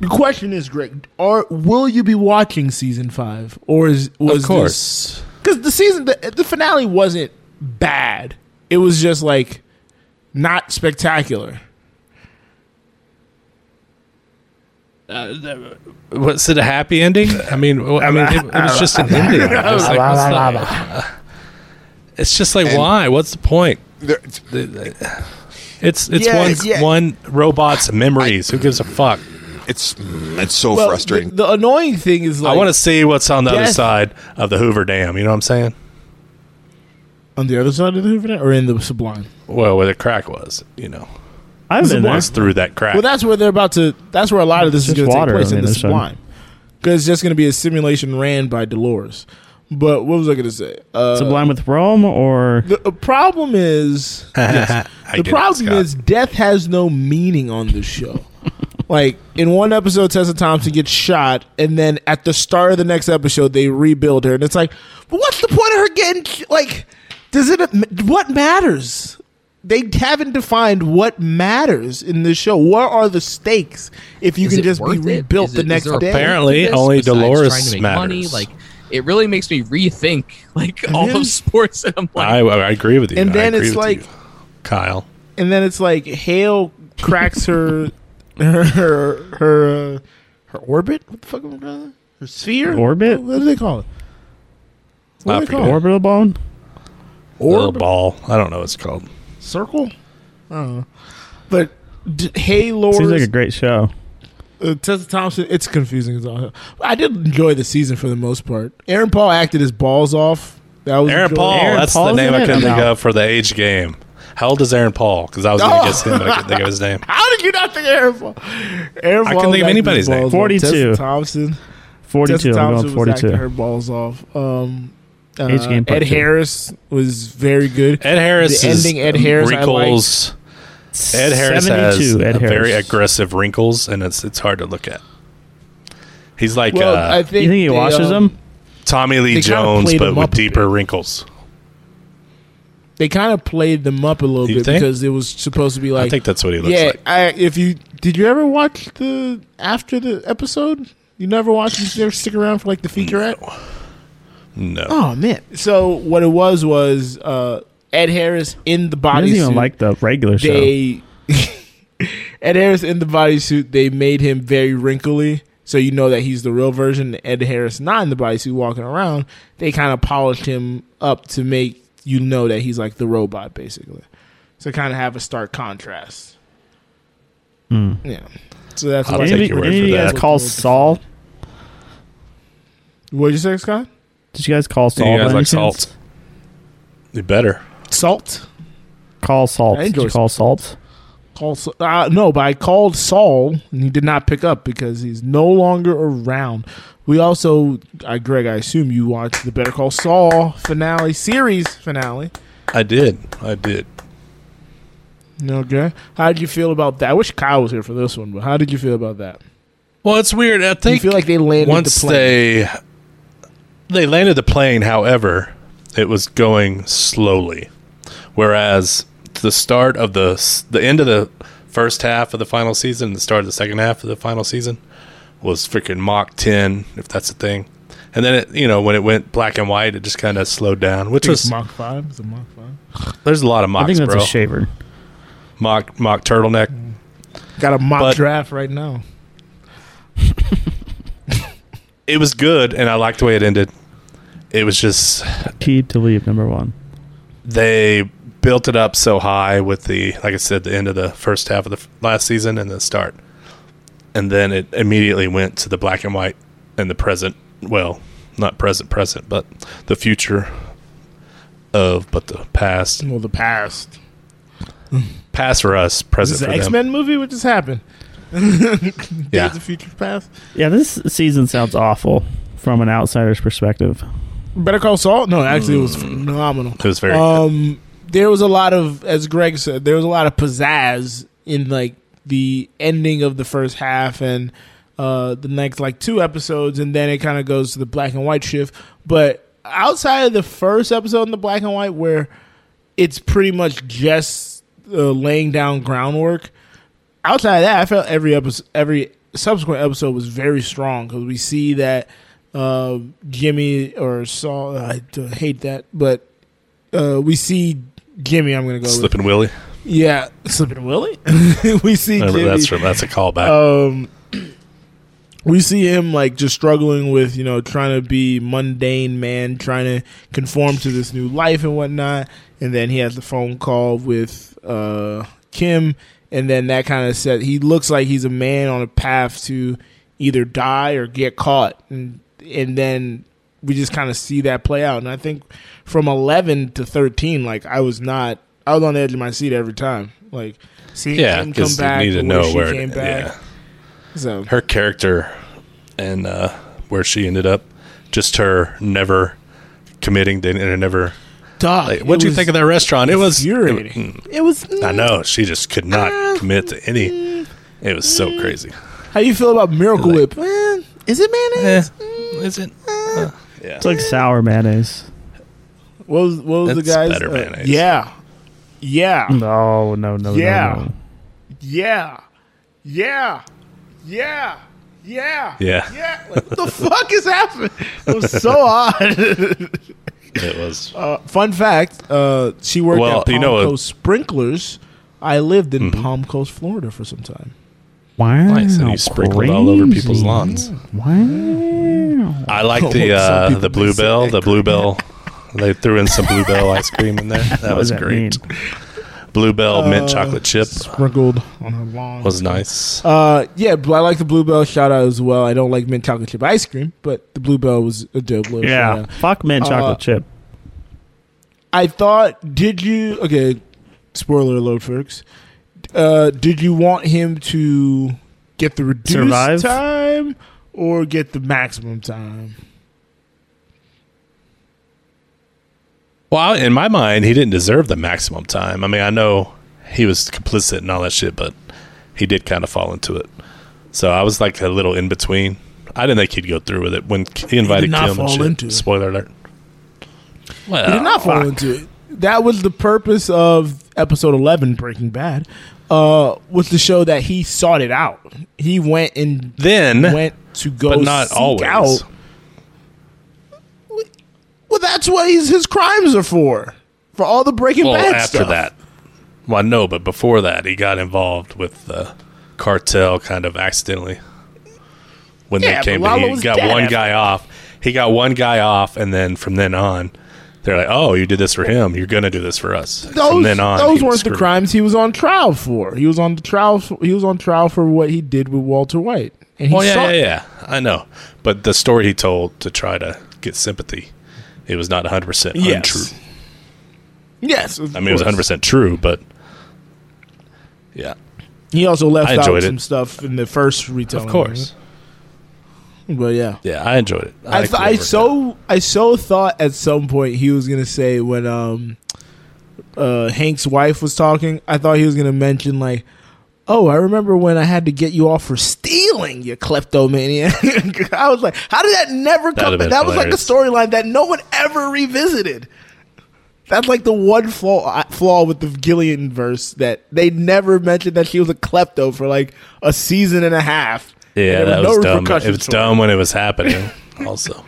the question is greg are will you be watching season five or is was
of
this
course.
because the season the, the finale wasn't bad it was just like not spectacular
Was it a happy ending? I mean, wh- I mean, it, it was just an ending. It was like, what's the- it's just like, why? What's the point?
There,
It's it's
Yeah,
one
yeah.
one robot's memories. Who gives a fuck?
It's it's so
Well,
frustrating.
the, the annoying thing is like
I want to see what's on the other
Death.
side of the Hoover Dam. You know what I'm saying?
on the other side of the Hoover Dam or in the Sublime.
Well, where the crack was, you know,
I've been there.
was through that crack.
Well, that's where they're about to. That's where a lot of this
Just
is going to take
water
place
on
in
the
the
other side.
Sublime because it's just going to be a simulation ran by Dolores. But what was I going to say? Uh,
Sublime with Rome or
the uh, problem is
I
the
get it,
problem
Scott.
is death has no meaning on this show. Like in one episode, Tessa Thompson gets shot, and then at the start of the next episode, they rebuild her, and it's like, but what's the point of her getting like? Does it? What matters? They haven't defined what matters in this show. What are the stakes if you
Is
can
it
just be
worth it?
rebuilt
Is
the
it- is
next
there a
day?
benefit to
Apparently,
this
only
besides
Dolores
trying to make Money?
matters.
Like, it really makes me rethink like all
Really?
of sports, and I'm like,
I, I agree with you.
And
I
then
agree
it's
with
like-
you, Kyle.
and then it's like Hale cracks her her her her, uh, her orbit. What the fuck am I calling it? Her sphere
Orbit?
What do they call it?
I
What do they
forget.
call it?
Orbital bone?
Little ball. I don't know what it's called.
Circle. I don't know. But d- Hale
Seems like
lowers
a great show.
uh, Tessa Thompson. It's confusing as all hell. I did enjoy the season for the most part. Aaron Paul acted his balls off. That was
Aaron
enjoyable.
Paul.
Aaron
that's
Paul's
the name
in
I
it?
couldn't
I'm
think
out.
of for the age game. How old is Aaron Paul? Because I was going
Oh.
to guess him, but I couldn't think of his name.
How did you not think of Aaron Paul? Aaron
I
Paul
couldn't think of
acted his
anybody's name.
balls off.
42.
Tessa Thompson.
42.
Tessa
I'm
Thompson
going
was acting
42.
her balls off. Um, uh,
Age game part
Ed
two.
Harris was very good.
Ed Harris
The
is
ending Ed Harris I
wrinkles. Ed Harris has
72, Ed
a very
Harris.
aggressive wrinkles, and it's it's hard to look at. He's like
Well,
uh,
I think
You think he
they,
washes
um,
them?
Tommy
they
Lee
kinda
Jones,
played
but
him
with
up a
deeper
bit.
wrinkles.
They kind of played them up a little
You
bit
think?
because it was supposed to be like.
I think that's what he looks
yeah,
like.
I, if you did, you ever watch the after the episode? You never watched. You never stick around for like the featurette.
No,
Oh man! So what it was was uh, Ed Harris in the
I
body.
didn't even like the regular show.
they Ed Harris in the bodysuit, they made him very wrinkly. So you know that he's the real version. Ed Harris not in the bodysuit walking around. They kind of polished him up to make you know that he's like the robot, basically. So kind of have a stark contrast. Yeah. So that's
Hmm. I'll
what
take
Did
your word
you
for
guys
that.
call Saul?
What'd you say, Scott?
Did you guys call
Do
Saul?
you
by
guys
any
like
chance?
salt? You better.
Salt.
Call Salt.
I
Did
enjoy
you call Salt?
Call Sa- uh, no, but I called Saul and he did not pick up because he's no longer around. We also, I, Greg, I assume you watched the Better Call Saul finale series finale.
I did. I did.
Okay, how did you feel about that? I wish Kyle was here for this one, but how did you feel about that?
Well, it's weird. I
Do you
think
feel like they landed
once
the plane?
they they landed the plane, however, it was going slowly. Whereas the start of the s- the end of the first half of the final season, the start of the second half of the final season was freaking Mach 10, if that's a thing. And then it, you know, when it went black and white, it just kind of slowed down, which was
Mach five. Is it Mach five?
there's a lot of mocks,
I think that's
bro.
a shaver.
Mock mock turtleneck.
Got a mock
But-
draft right now.
It was good, and I liked the way it ended. It was just
Keep to leave, number one.
they built it up so high with the like I said the end of the first half of the f- last season and the start, and then it immediately went to the black and white and the present. Well, not present, present, but the future of but the past.
Well, the past.
Past for us,
Is
present
this an
for them.
X Men movie? What just happened?
Yeah.
Days of Future Past.
Yeah, this season sounds awful from an outsider's perspective.
Better Call Saul. No, actually, it was
Mm.
phenomenal.
It was very
um there was a lot of as greg said there was a lot of pizzazz in like the ending of the first half and uh the next like two episodes and then it kind of goes to the black and white shift but outside of the first episode in the black and white where it's pretty much just uh, laying down groundwork outside of that, I felt every episode, every subsequent episode was very strong because we see that uh, Jimmy or Saul. I d- hate that, but uh, we see Jimmy. I'm gonna go. With,
Slippin' Willie.
yeah, slipping Willie. we see
Remember,
Jimmy.
that's from, that's a callback.
um, we see him like just struggling with you know trying to be mundane man, trying to conform to this new life and whatnot. And then he has the phone call with uh, Kim, and then that kind of set. He looks like he's a man on a path to either die or get caught, and and then we just kind of see that play out. And I think from eleven to thirteen, like I was not, I was on the edge of my seat every time, like. Seeing
yeah,
him come
because you
back,
need
the
to
way
know
she
where.
came
It,
back.
yeah,
So
her character and uh, where she ended up, just her never committing to and never
dog,
Like, what'd you think of that restaurant? It was. Mm,
Infuriating.
it-
It was.
I know she just could not commit to any It was so crazy.
How you feel about Miracle Whip? Man, is it mayonnaise?
eh. is it? yeah.
It's like sour mayonnaise.
What was what was the
That's
guy's?
better
uh,
mayonnaise.
yeah, yeah,
Mm.
No, no, no,
Yeah.
no, no.
yeah, yeah, yeah, yeah,
Yeah.
yeah. Like, what the fuck is happening? It was so odd.
It was.
Uh, fun fact: uh, She worked
Well,
at Palm
you know, uh, mm-hmm.
Coast Sprinklers. I lived in Palm Coast, Florida, for some time.
Wow.
Nice, and you sprinkle it all over people's lawns.
Wow.
I like
Some
the uh,
people
the bluebell. The bluebell. They threw in some bluebell ice cream in there. That
What
was
does that
great. Bluebell mint
Uh,
chocolate chip
Sprinkled on her lawn
was nice.
Uh, yeah, but I like the Bluebell shout out as well. I don't like mint chocolate chip ice cream, but the Bluebell was a dope little
Yeah.
shout out.
Fuck mint
Uh,
chocolate chip.
I thought, did you? Okay, spoiler alert, folks. Uh, did you want him to get the reduced
Survive?
time or get the maximum time?
Well, in my mind, he didn't deserve the maximum time. I mean, I know he was complicit and all that shit, but he did kind of fall into it. So I was like a little in between. I didn't think he'd go through with it when he invited
did not
Kim and
fall
shit.
into it.
Spoiler alert.
Oh,
He did not fall into it. That was the purpose of episode 11, Breaking Bad, uh, was to show that he sought it out. He went and
Then
went to go
but not
seek out.
always.
Well, that's what he's, his crimes are for. For all the Breaking
Well,
Bad
after
stuff.
that, well, no, but before that, he got involved with the cartel kind of accidentally when
Yeah, but
they came.
Lalo
He
was
got
dead
one
after-
guy off. He got one guy off, and then from then on, they're like, "Oh, you did this for him. You're gonna do this for us." from
Those,
then on,
those
he was
weren't the
screwed.
crimes he was on trial for. He was on the trial. For, he was on trial for what he did with Walter White. And he
Well, Oh, yeah,
sought-
yeah, yeah. I know, but the story he told to try to get sympathy, it was not 100 percent
Yes.
untrue.
Yes,
I mean, it was 100 percent true, but yeah,
He also left
I
out
enjoyed it.
some stuff in the first retelling.
of course.
But yeah.
Yeah, I enjoyed it.
I,
liked
th- I
whatever-
so I so thought at some point he was gonna say when um uh Hank's wife was talking, I thought he was gonna mention like, oh, I remember when I had to get you off for stealing, you kleptomaniac. I was like, how did that never
That'd
come? back?
have been
That was like a
hilarious.
storyline that no one ever revisited. That's like the one flaw uh, flaw with the Gillian verse that they never mentioned that she was a klepto for like a season and a half.
Yeah,
And there
that
were
was
no
dumb. It
repercussions
was
for it.
dumb when it was happening, also.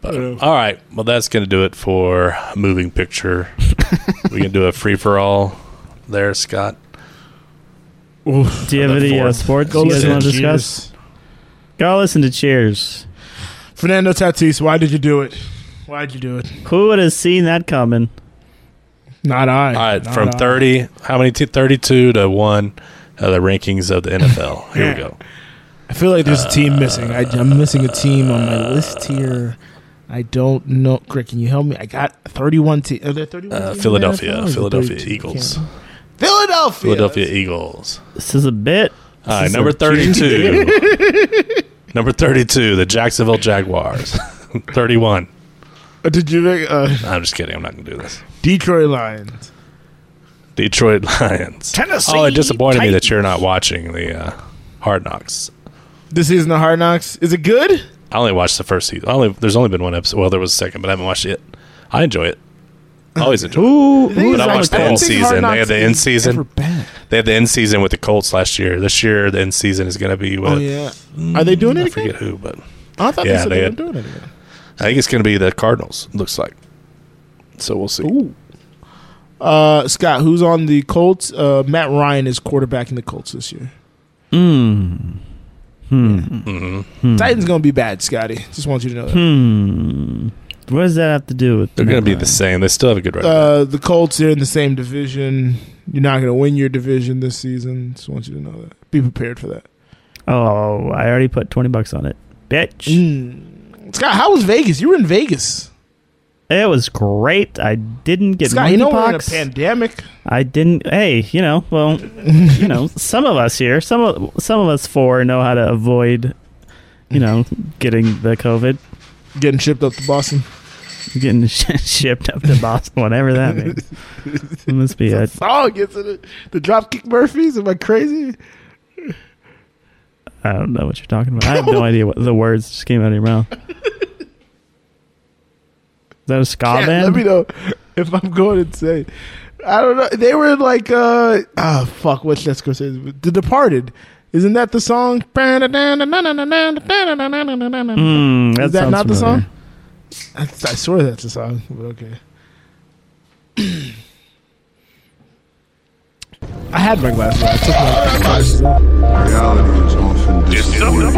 But, all right. Well, that's going to do it for moving picture. we can do a free for all there, Scott.
Do you have
the
any uh,
fourth.
sports
Go
you guys
listen
want
to
to discuss? Go listen to Cheers.
Fernando Tatis, why did you do it? Why'd you do it?
Who would have seen that coming?
Not I.
All right.
Not
from
I.
30, how many? T- 32 to 1, uh, the rankings of the NFL. Here we go.
I feel like there's a team missing. I, I'm missing a team on my list here. I don't know. Greg, can you help me? I got 31 teams. Are there 31
Uh,
teams in the
Philadelphia,
NFL? Or is it
Philadelphia
32?
Eagles.
Can't- Philadelphia.
Philadelphia Eagles.
This is a bit. This
All right.
is
Number
a-
32. number 32, the Jacksonville Jaguars. 31.
Uh, Did you make uh,
I'm just kidding. I'm not going to do this.
Detroit Lions?
Detroit Lions.
Tennessee
Oh, it disappointed me that
Titans.
you're not watching the uh, Hard Knocks.
This season of Hard Knocks. Is it good?
I only watched the first season. I only there's only been one episode. Well, there was a second, but I haven't watched it. yet. I enjoy it. I always enjoy. it.
Ooh,
The thing
ooh,
is,
But I
like,
watched the
don't
end
think Hard
season. They had
Knocks
the end
is ever
season.
bad.
They had the end season with the Colts last year. This year, the end season is going to be with.
Oh yeah. Are they doing
I
it
forget
again?
who, but
I thought
Yeah,
they said
they
they were
had-
doing it again.
I think it's going to be the Cardinals. Looks like. So we'll see.
Uh, Scott, who's on the Colts? Uh, Matt Ryan is quarterbacking the Colts this year.
Mm. Hmm.
Titans gonna be bad, Scotty. Just want you to know that.
Hmm. What does that have to do with?
They're going to be
Matt
the same. They still have a good record.
Uh, the Colts are in the same division. You're not gonna win your division this season. Just want you to know that. Be prepared for that.
Ryan? Oh, I already put twenty bucks on it, bitch.
Mm. Scott, how was Vegas? You were in Vegas.
It was great. I didn't get
Scott, you know we're in a
monkeypox.
pandemic.
I didn't. Hey, you know, well, you know, some of us here, some of some of us four know how to avoid, you know, getting the COVID.
Getting shipped up to Boston.
Getting sh- shipped up to Boston, whatever that means. It must be
It's a
it.
song, isn't it? The Dropkick Murphys. Am I crazy?
I don't know what you're talking about. I have no idea what the words just came out of your mouth. Is that a ska
Yeah,
band?
Let me know if I'm going insane. I don't know. They were like, uh, ah, fuck, what's that Scorsese? The Departed. Isn't that the song?
Mm, that
Is that
sounds
not the
familiar.
song? I, I swear that's the song, but okay. I had my glasses. on. I took my glasses off.
Reality is often disappointing.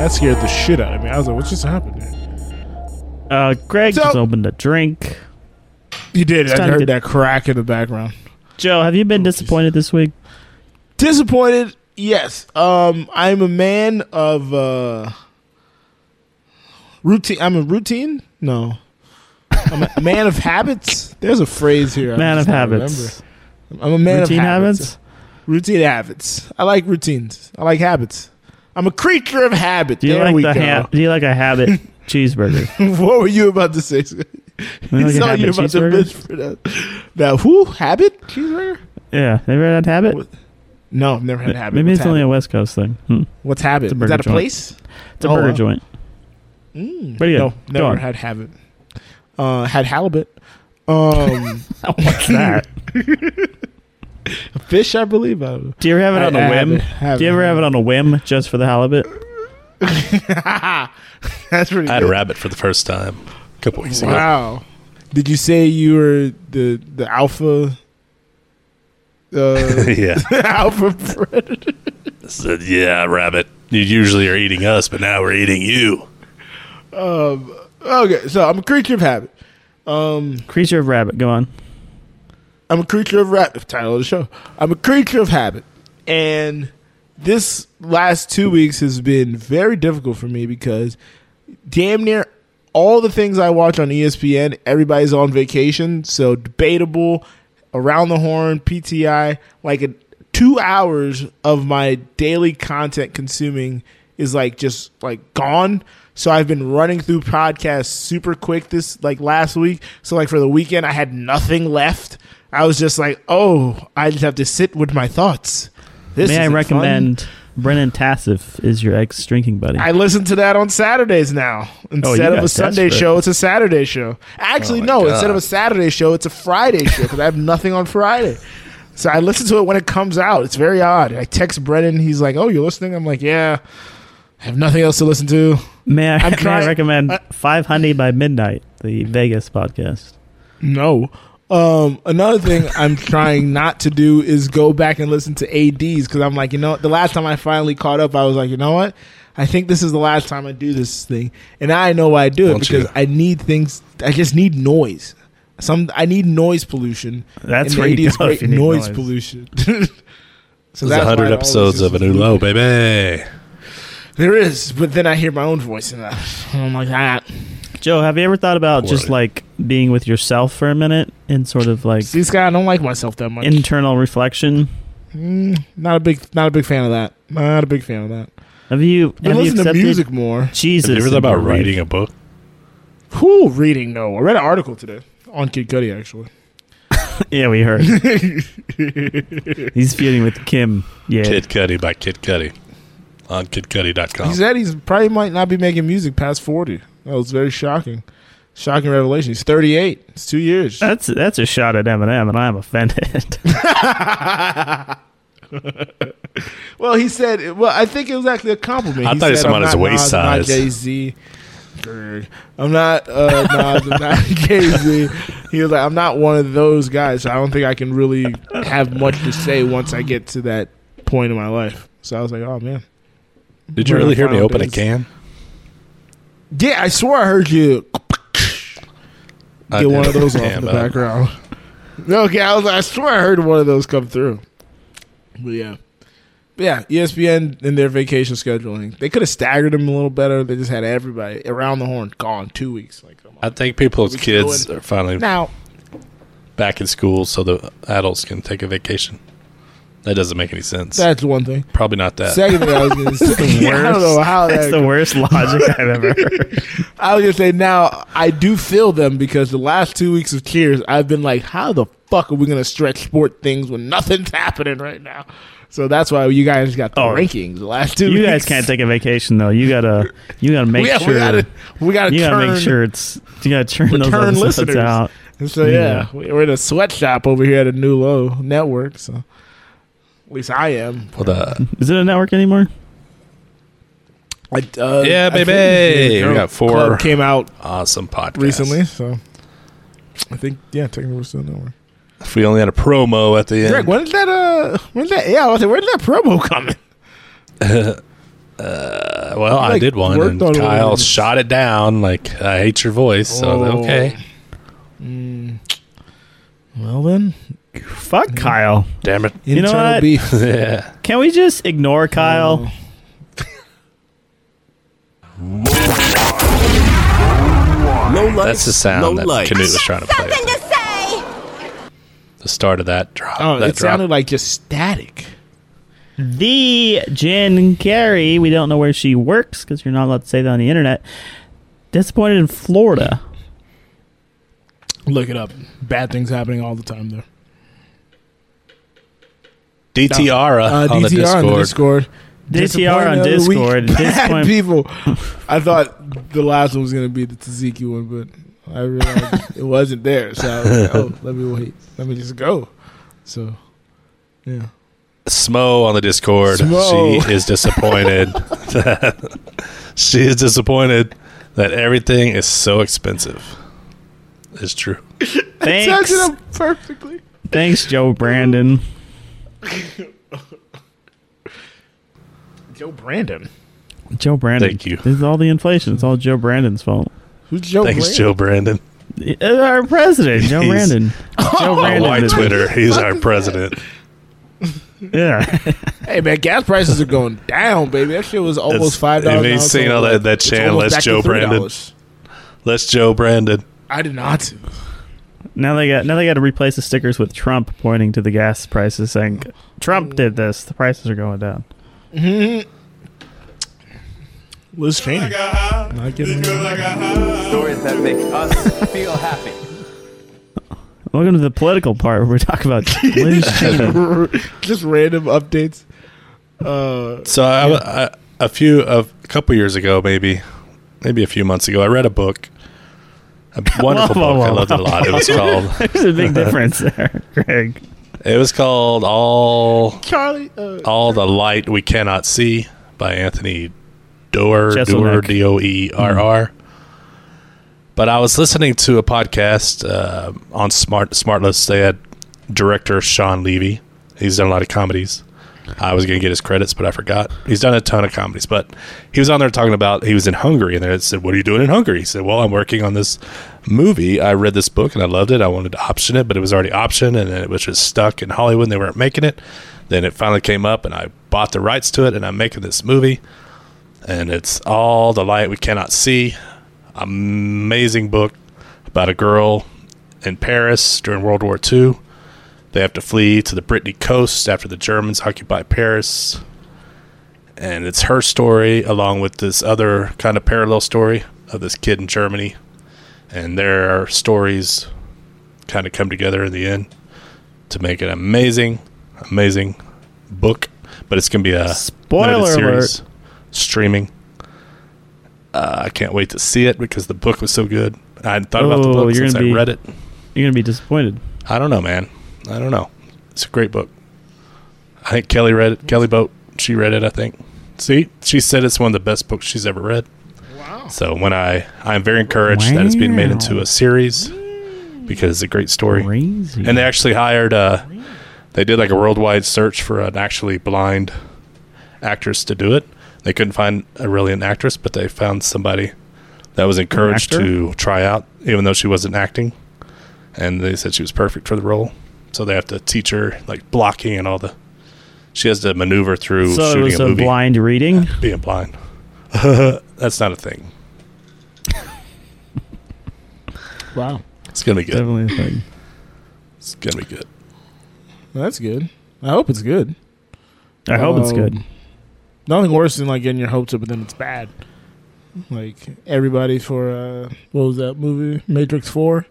That scared the shit out of me. I was like, what just happened?
Uh, Greg just opened a drink.
You did.
It's time
I
to
heard
get-
that crack in the background.
Joe, have you
Oh,
been disappointed this week?
Disappointed? Yes. Um, I'm a man of uh, routine. I'm a routine. No, I'm a man of habits. There's a phrase here. I
Man of
just don't
habits.
remember. I'm a man
Routine
of habits.
habits?
Routine habits. I like routines. I like habits. I'm a creature of habit.
Do you
there
like
we
the
go.
ha- Do you like a habit cheeseburger?
what were you about to say?
We like
It's
a
not
habit
you about to
cheeseburger?
mispronounce. Now, who habit cheeseburger?
Yeah, never had habit.
No, I've never had habit.
Maybe
What's
it's only a West Coast thing. Hmm.
What's habit?
It's
Is that
burger
a
joint.
place?
It's a
Oh,
burger
wow.
joint.
Mm.
Pretty good.
No,
Oh, Go
never
on.
had habit. Uh, had halibut. Um,
What's that?
Fish, I believe. I,
Do you ever have it
I-
on a
I
whim?
haven't- haven't.
Do you ever have it on a whim just for the halibut?
That's pretty.
I had
good.
rabbit for the first time a couple weeks ago.
Wow. Did you say you were the the alpha? Uh,
Yeah.
alpha predator.
Said, yeah, rabbit. You usually are eating us, but now we're eating you.
Um, okay, so I'm a creature of habit. Um,
Creature of rabbit. Go on.
I'm a creature of habit. Title of the show. I'm a creature of habit, and this last two weeks has been very difficult for me because damn near all the things I watch on E ESPN, everybody's on vacation. So debatable, around the horn, PTI, like a, two hours of my daily content consuming is like just like gone. So I've been running through podcasts super quick this like last week. So like for the weekend, I had nothing left. I was just like, oh, I just have to sit with my thoughts. This
May I
isn't fun.
recommend Brennan Tassif is your ex drinking buddy?
I listen to that on Saturdays now. Instead of
Oh, got
a Sunday
desperate.
show, it's a Saturday show. Actually,
Oh my
no,
God.
instead of a Saturday show, it's a Friday show because I have nothing on Friday. So I listen to it when it comes out. It's very odd. I text Brennan. He's like, "Oh, you're listening." I'm like, "Yeah, I have nothing else to listen to."
may I,
I'm
may I
trying-
recommend Five Hundred by Midnight, the Vegas podcast?
No. Um, another thing I'm trying not to do is go back and listen to ads because I'm like, you know, the last time I finally caught up, I was like, you know what? I think this is the last time I do this thing, and now I know why I do it
Don't
because
you?
I need things. I just need noise. Some I need noise pollution.
That's
and
where you
AD is
go if
great
you need
noise,
noise.
pollution.
So There's
why it
100
always
episodes
is-
of A New Low, baby.
There is, but then I hear my own voice in that. I'm like, ah.
Joe, have you ever thought about just like being with yourself for a minute and sort of like
See, Scott, I don't like myself that much.
internal reflection?
Mm, not a big, not a big fan of that. Not a big fan of that.
Have you
Been
have you
listening to
accepted
music more.
Jesus,
Have you ever
in
thought about
your life?
reading a book?
Who reading? No, I read an article today on Kid Cudi actually.
Yeah, we heard
he
he's feuding with Kim. Yeah,
Kid Cudi by Kid Cudi on kidcudi.com.
said he's probably might not be making music past forty. That was very shocking, shocking revelation. He's thirty eight. It's two years.
that's that's a shot at Eminem, and I'm offended.
Well, he said. Well, I think it was actually a compliment.
I thought he was
said,
talking
"I'm
about his waist
not Nas, I'm
size."
not Jay Z. I'm not uh, Nas. I'm not Jay Z. He was like, I'm not one of those guys. So I don't think I can really have much to say once I get to that point in my life. So I was like, oh man.
Did you
We're
really
in
hear me
final
open a
days.
can?
Yeah, I swore I heard you
I
get one
did.
of those off
Yeah,
in the
but-
background. Okay, I was. I swear I heard one of those come through. But yeah, but yeah. E ESPN and their vacation scheduling, they could have staggered them a little better. They just had everybody around the horn gone two weeks. Like
I think people's
We should go
kids
in-
are finally
now,
back in school so the adults can take a vacation.
That doesn't make any sense.
That's one thing.
Probably not that.
Second thing I was going to say, I don't know how
That's
that.
the worst logic I've ever heard.
I was going to say now I do feel them because the last two weeks of Cheers, I've been like, how the fuck are we going to stretch sport things when nothing's happening right now? So that's why you guys got the rankings the last two.
Oh, you
weeks.
guys can't take a vacation though. You gotta you gotta make
Yeah, we
sure
gotta- we gotta
you gotta
turn-
make sure it's you gotta turn those
return
episodes
listeners
out.
And so yeah, we- we're in a sweatshop over here at a new low network. So at least I am.
Well, the,
Is it a network anymore?
I, uh,
yeah,
I think
baby.
Girl
We got four.
Club came out
awesome podcast
recently, so I think yeah, technically we're still network.
If we only had a promo at the
Greg,
end,
when's that? Uh, when's that? Yeah, I was like, when's that promo coming?
uh, well, I
Like,
did one,
worked
and
on
Kyle
one.
shot it down. Like I hate your voice. So I was like,
Oh.
okay,
Mm. Well then,
fuck Kyle.
damn it.
You know
Internal
what?
beef.
yeah.
Can we just ignore Kyle?
No That's the sound that Canute was trying to play.
to say.
The start of that drop.
Oh,
that
it
drop.
sounded like just static.
The Jen Carey, we don't know where she works because you're not allowed to say that on the internet. Disappointed in Florida.
Look it up. Bad things happening all the time there.
DTR
Uh,
on the
DTR on the Discord.
Discord.
DTR on
Disappointment of the week.
Discord.
Bad
Disappoint-
people. I thought the last one was going to be the Taziki one, but I realized it wasn't there. So I was like, oh, let me wait. Let me just go. So, yeah.
Smo on the Discord.
Smo.
She is disappointed. that she is disappointed that everything is so expensive. It's true.
Thanks.
It up perfectly.
Thanks, Joe Brandon.
Joe Brandon.
Joe Brandon.
Thank you.
This is all the inflation. It's all Joe Brandon's fault.
Who's Joe
Thanks,
Brandon?
Joe Brandon.
Uh, Our president, Joe
He's-
Brandon. Joe
On
Brandon.
white
is-
Twitter, he's our president.
Yeah.
Hey, man, gas prices are going down, baby. That shit was almost $5.
Have you
now,
seen
so
all that- that
it's
chant,
almost
"Let's
back to
Joe Brandon"?
$3.
Let's Joe Brandon.
I did not.
Now they got now they got to replace the stickers with Trump pointing to the gas prices, saying Trump did this. The prices are going down.
Mhm. Liz
Oh
Cheney. Not getting
Stories that make us feel happy.
Welcome to the political part where we talk about Liz Cheney.
just random updates. Uh,
So I, I- a few of a couple years ago, maybe, maybe a few months ago, I read a book. A
Whoa,
wonderful book.
whoa,
I
whoa,
loved it a lot. It was
whoa.
called.
There's a big difference there, Greg.
It was called All
Charlie. Uh,
All the Light We Cannot See by Anthony Doerr, Doerr,
Jeselnik.
D O E R R. But I was listening to a podcast uh, on Smart Smartless. They had director Sean Levy. He's done a lot of comedies. I was going to get his credits, but I forgot. He's done a ton of comedies, but he was on there talking about he was in Hungary, and they said, "What are you doing in Hungary?" He said, "Well, I'm working on this movie. I read this book and I loved it. I wanted to option it, but it was already optioned, and then it was just stuck in Hollywood. and They weren't making it. Then it finally came up, and I bought the rights to it, and I'm making this movie, and it's all the light we cannot see. Amazing book about a girl in Paris during World War II." They have to flee to the Brittany coast after the Germans occupy Paris. And it's her story along with this other kind of parallel story of this kid in Germany. And their stories kind of come together in the end to make an amazing, amazing book. But it's going to be a
Spoiler
limited
alert.
streaming. Uh, I can't wait to see it because the book was so good. I hadn't thought about the
Oh,
book
you're
since
gonna
I
be-
read it.
You're gonna be disappointed.
I don't know, man. I don't know. It's a great book. I think Kelly read it. Kelly Boat, she read it. I think. See, she said it's one of the best books she's ever read. Wow. So when I, I'm very encouraged that it's being made
Wow.
into a series because it's a great story.
Crazy.
And they actually hired. Uh, they did like a worldwide search for an actually blind actress to do it. They couldn't find a really an actress, but they found somebody that was encouraged
actor?
to try out, even though she wasn't acting. And they said she was perfect for the role. So they have to teach her like blocking and all the. She has to maneuver through
so it
shooting
was
a
a
movie,
blind reading.
being blind. That's not a thing.
Wow.
It's gonna be good.
Definitely a thing.
It's gonna be good.
Well, that's good. I hope it's good.
I hope it's good.
Nothing worse than like getting your hopes up, but then it's bad. Like everybody for uh, what was that movie? Matrix Four.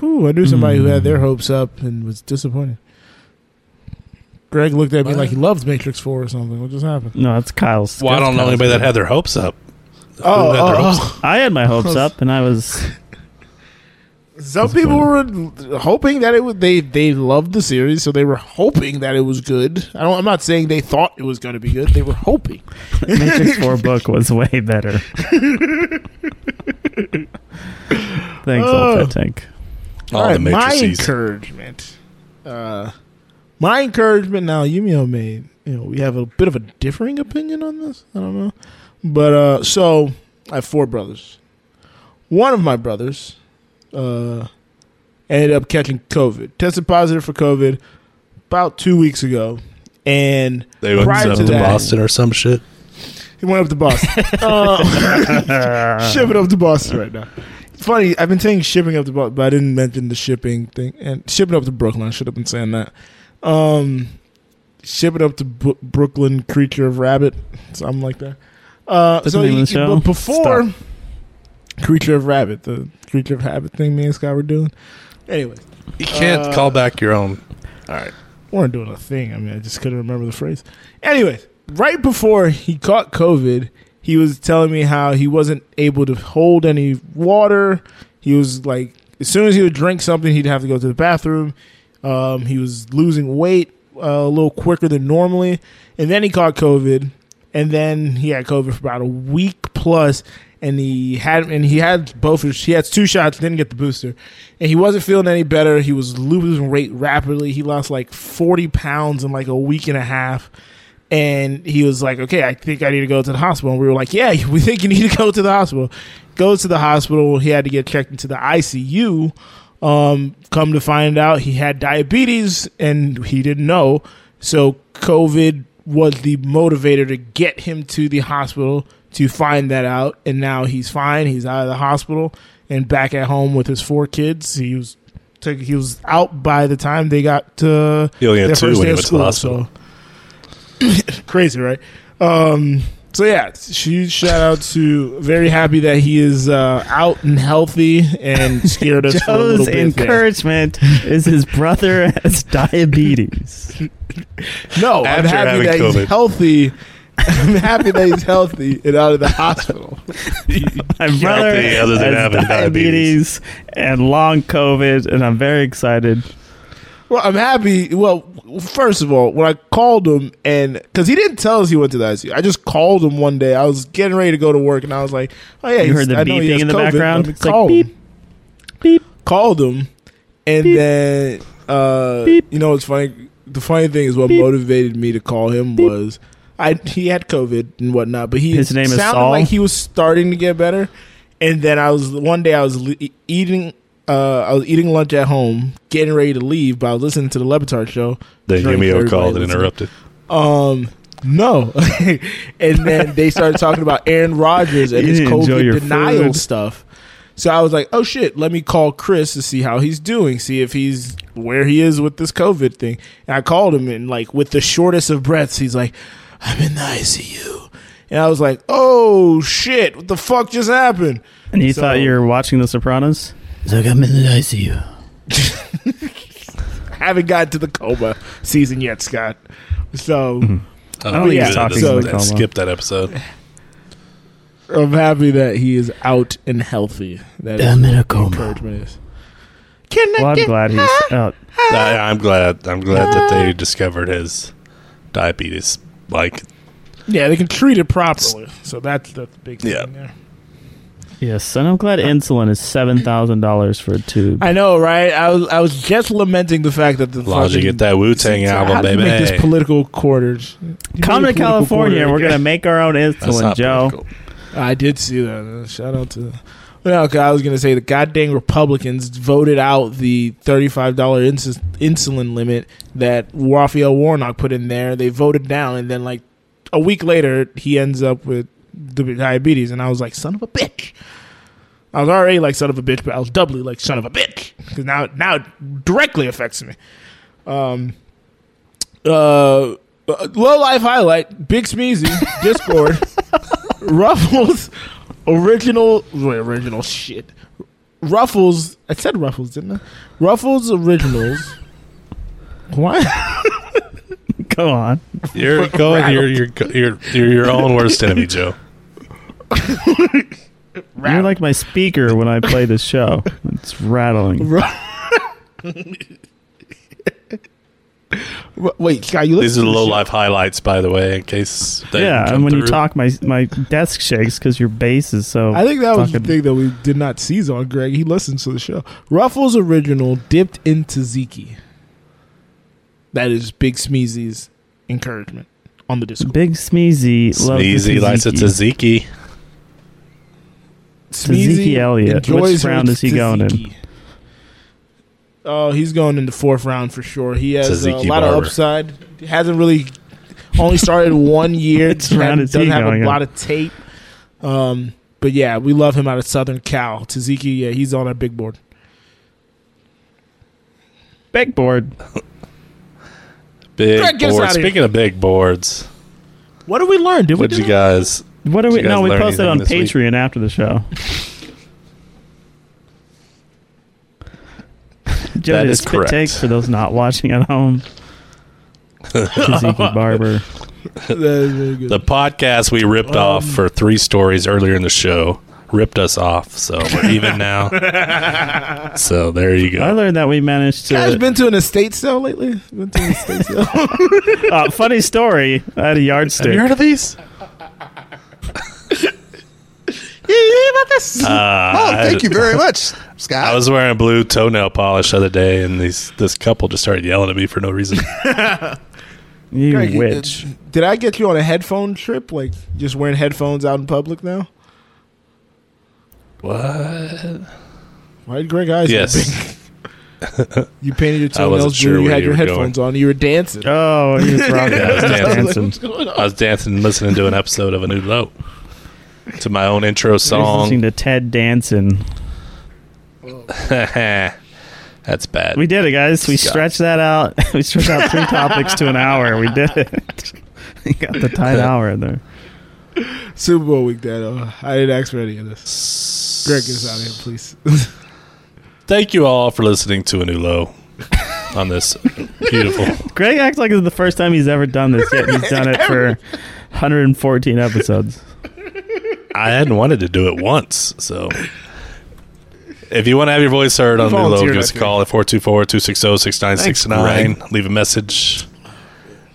Whew, I knew somebody who had their hopes up and was disappointed. Greg looked at me like he loved Matrix Four or something. What just happened?
No, that's Kyle's.
Well, I
that's
don't know
Kyle's
anybody that
movie.
had their hopes up.
Oh,
Who had their
oh,
hopes
oh.
I had my hopes up, and I was.
Some people were hoping that it would. They they loved the series, so they were hoping that it was good. I don't, I'm not saying they thought it was going to be good. They were hoping.
Matrix Four book was way better. Thanks,
Oh.
Alpha Tank.
All right, my encouragement. Uh, my encouragement now, Yumio made. You know, we have a bit of a differing opinion on this. I don't know, but uh, so I have four brothers. One of my brothers uh, ended up catching COVID. Tested positive for COVID about two weeks ago, and
They went
prior
up
to
to
that,
Boston or some shit.
He went up to Boston. Um,
Um,
uh, shipping up to Boston right now. It's funny. I've been saying shipping up to Boston, but I didn't mention the shipping thing. And shipping up to Brooklyn. I should have been saying that. Um, shipping up to Bro- Brooklyn, creature of rabbit, something like that. Uh,
That's
so
the name of the
he-
show?
but before creature of rabbit, the creature of habit thing, me and Scott were doing. Anyway,
You can't
Uh,
call back your own. All right.
weren't doing a thing. I mean, I just couldn't remember the phrase. Anyways, right before he caught COVID, he was telling me how he wasn't able to hold any water. He was like, as soon as he would drink something, he'd have to go to the bathroom. Um, he was losing weight uh, a little quicker than normally. And then he caught COVID. And then he had COVID for about a week plus, and he had and he had both. His, he had two shots, didn't get the booster, and he wasn't feeling any better. He was losing weight rapidly. He lost like forty pounds in like a week and a half, and he was like, "Okay, I think I need to go to the hospital." And we were like, "Yeah, we think you need to go to the hospital." Goes to the hospital. He had to get checked into the ICU. Um, come to find out, he had diabetes, and he didn't know. So COVID was the motivator to get him to the hospital to find that out. And now he's fine. He's out of the hospital and back at home with his four kids. He was took, he was out by the time they got to
He only had
their
two
first
when
day
he went
of
to the
school.
hospital.
So crazy, right? Um, so yeah, huge shout out to very happy that he is uh, out and healthy and scared us for a little
Joe's
bit.
encouragement is his brother has diabetes.
No, I'm
After
happy
having
that
COVID.
he's healthy. I'm happy that he's healthy and out of the hospital.
My brother
Healthy other than
has
having diabetes.
diabetes and long COVID, and I'm very excited.
Well, I'm happy. Well, first of all, when I called him and because he didn't tell us he went to the ICU, I just called him one day. I was getting ready to go to work, and I was like, "Oh yeah,
You
he's-
heard the
I know he
beeping
has
in the
COVID.
background?
Let me
It's like,
call him."
beep, beep.
Called him, and then uh, you know, it's funny. The funny thing is, what motivated me to call him was I he had COVID and whatnot, but he
His name is
sounded
Saul?
like he was starting to get better. And then I was one day I was le- e, eating uh, I was eating lunch at home, getting ready to leave, but I was listening to the Levitard show.
Then
Drink for
Yumio
everybody
called and
listening.
interrupted.
Um, no, and then they started talking about Aaron Rodgers and
You
his
didn't enjoy your
COVID denial
food.
stuff. So I was like, oh shit, let me call Chris to see how he's doing, see if he's where he is with this COVID thing. And I called him, and like with the shortest of breaths, he's like, I'm in the ICU. And I was like, oh shit, what the fuck just happened?
And you
So-
thought you were watching The Sopranos? He's like, I'm in the ICU.
haven't gotten to the coma season yet, Scott. So
Oh,
don't think he's talking
so,
to the
I
coma.
skipped that episode.
I'm happy that he is out and healthy. That is
I'm in a
what the
coma.
encouragement is. Can I
Well, I'm
get-
glad he's out.
I, I'm glad. I'm glad that they discovered his diabetes. Like,
Yeah, they can treat it properly. So that's the big thing
Yeah.
there.
Yes, and I'm glad insulin is seven thousand dollars for a tube.
I know, right? I was I was just lamenting the fact that the
how'd you
fucking-
get that Wu Tang
So
album,
how do you
baby?
Make this political quarters. You
Come
made a
to
political
California,
quarter
and we're
again.
gonna make our own
That's
insulin,
not
Joe.
I did see that. Uh, Shout out to. Well, no, 'cause I was gonna say the goddamn Republicans voted out the thirty-five dollar ins- insulin limit that Raphael Warnock put in there. They voted down, and then like a week later, he ends up with di- diabetes, and I was like, son of a bitch. I was already like son of a bitch, but I was doubly like son of a bitch because now now it directly affects me. Um, Uh, low life highlight. Big Smeezy Discord. Ruffles original. Wait, original shit. Ruffles. I said Ruffles, didn't I? Ruffles originals. what?
Go on.
You're going. You're you're you're you're your own worst enemy, Joe.
You're like my speaker when I play this show. It's rattling.
Wait, Sky, you
These are
listen to
low
the show?
life highlights, by the way, in case they
yeah,
come
and when you
through.
talk, my my desk shakes because your bass is so.
I think that was the
fucking-
thing that we did not seize on, Greg. He listens to the show. Ruffles original dipped in tzatziki. That is Big Smeezy's encouragement on the Discord.
Big Smeezy. loves the
Smeezy likes a tzatziki.
Tzatziki Elliott. Which
enjoys her
round is he going in?
tzatziki. Oh, he's going in the fourth round for sure. He has uh, a
Tzatziki
lot of
barber.
upside. He hasn't really only started one year.
Which round is he
doesn't have
going
a
in?
lot of tape. Um, but yeah, we love him out of Southern Cal. Tzatziki, yeah, he's on our big board.
Big board.
Big
Greg, get us
boards.
outta here.
Speaking of big boards,
What did we learn? Did
what
we
did
do
you guys?
What are
did
we?
you guys
No, we
learn
posted
anything
on
this week?
Patreon after the show. Joe
That
did a
is
spit
correct.
take for those not watching at home. Tzatziki Barber.
The podcast we ripped off for three stories earlier in the show ripped us off, so we're even now. So there you
I
go.
learned that we managed
guys
to.
been to an estate sale lately? Been to an estate sale?
Uh, funny story. I had a yardstick.
Have you heard of these?
Oh,
Uh, I-
thank you very much,
I
Scott.
was wearing blue toenail polish the other day, and these this couple just started yelling at me for no reason.
You
Greg, uh,
witch.
Did I get you on a headphone trip? Like just wearing headphones out in public now?
what?
Why did Greg eyes? look big?
Yes,
You painted your
I wasn't
toenails
sure
blue. You
where
had
you
your
were
headphones on. You were dancing.
Oh, he was rocking.
Yeah, I was dancing.
dancing.
I was dancing and listening to an episode of a new low to my own intro
He was listening
song.
to Ted Danson.
That's bad.
We did it, guys. We
Scott.
stretched that out. We stretched out three topics to an hour. We did it. we got the tight hour in there.
Super Bowl week, Dad. Oh, I didn't ask for any of this. Greg, get us out of here, please.
Thank you all for listening to a new low on this beautiful.
Greg acts like it's the first time he's ever done this yet. He's done it for 114 episodes.
I hadn't wanted to do it once, so. If you want to have your voice heard on New Low,
volunteered,
give us a
I
call at 424-260-6969. Leave a message.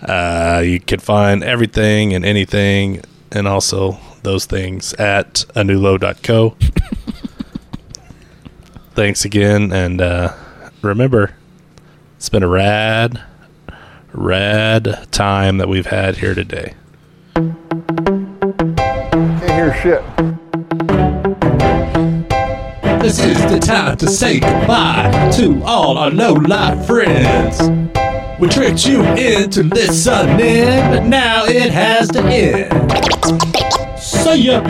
Uh, you can find everything and anything and also those things at anulow.co. Thanks again, and uh, remember, it's been a rad, rad time that we've had here today.
Can't hear shit.
This is the time to say goodbye to all our low life friends. We tricked you into listening, but now it has to end. See ya.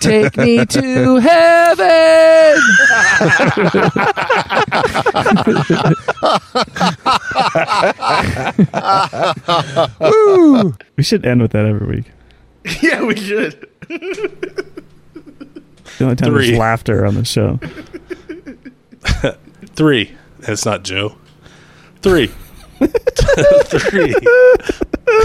Take me to heaven.
We should end with that every week.
yeah, we should.
The only time
Three.
there's laughter on the show.
Three. That's not Joe. Three. Three.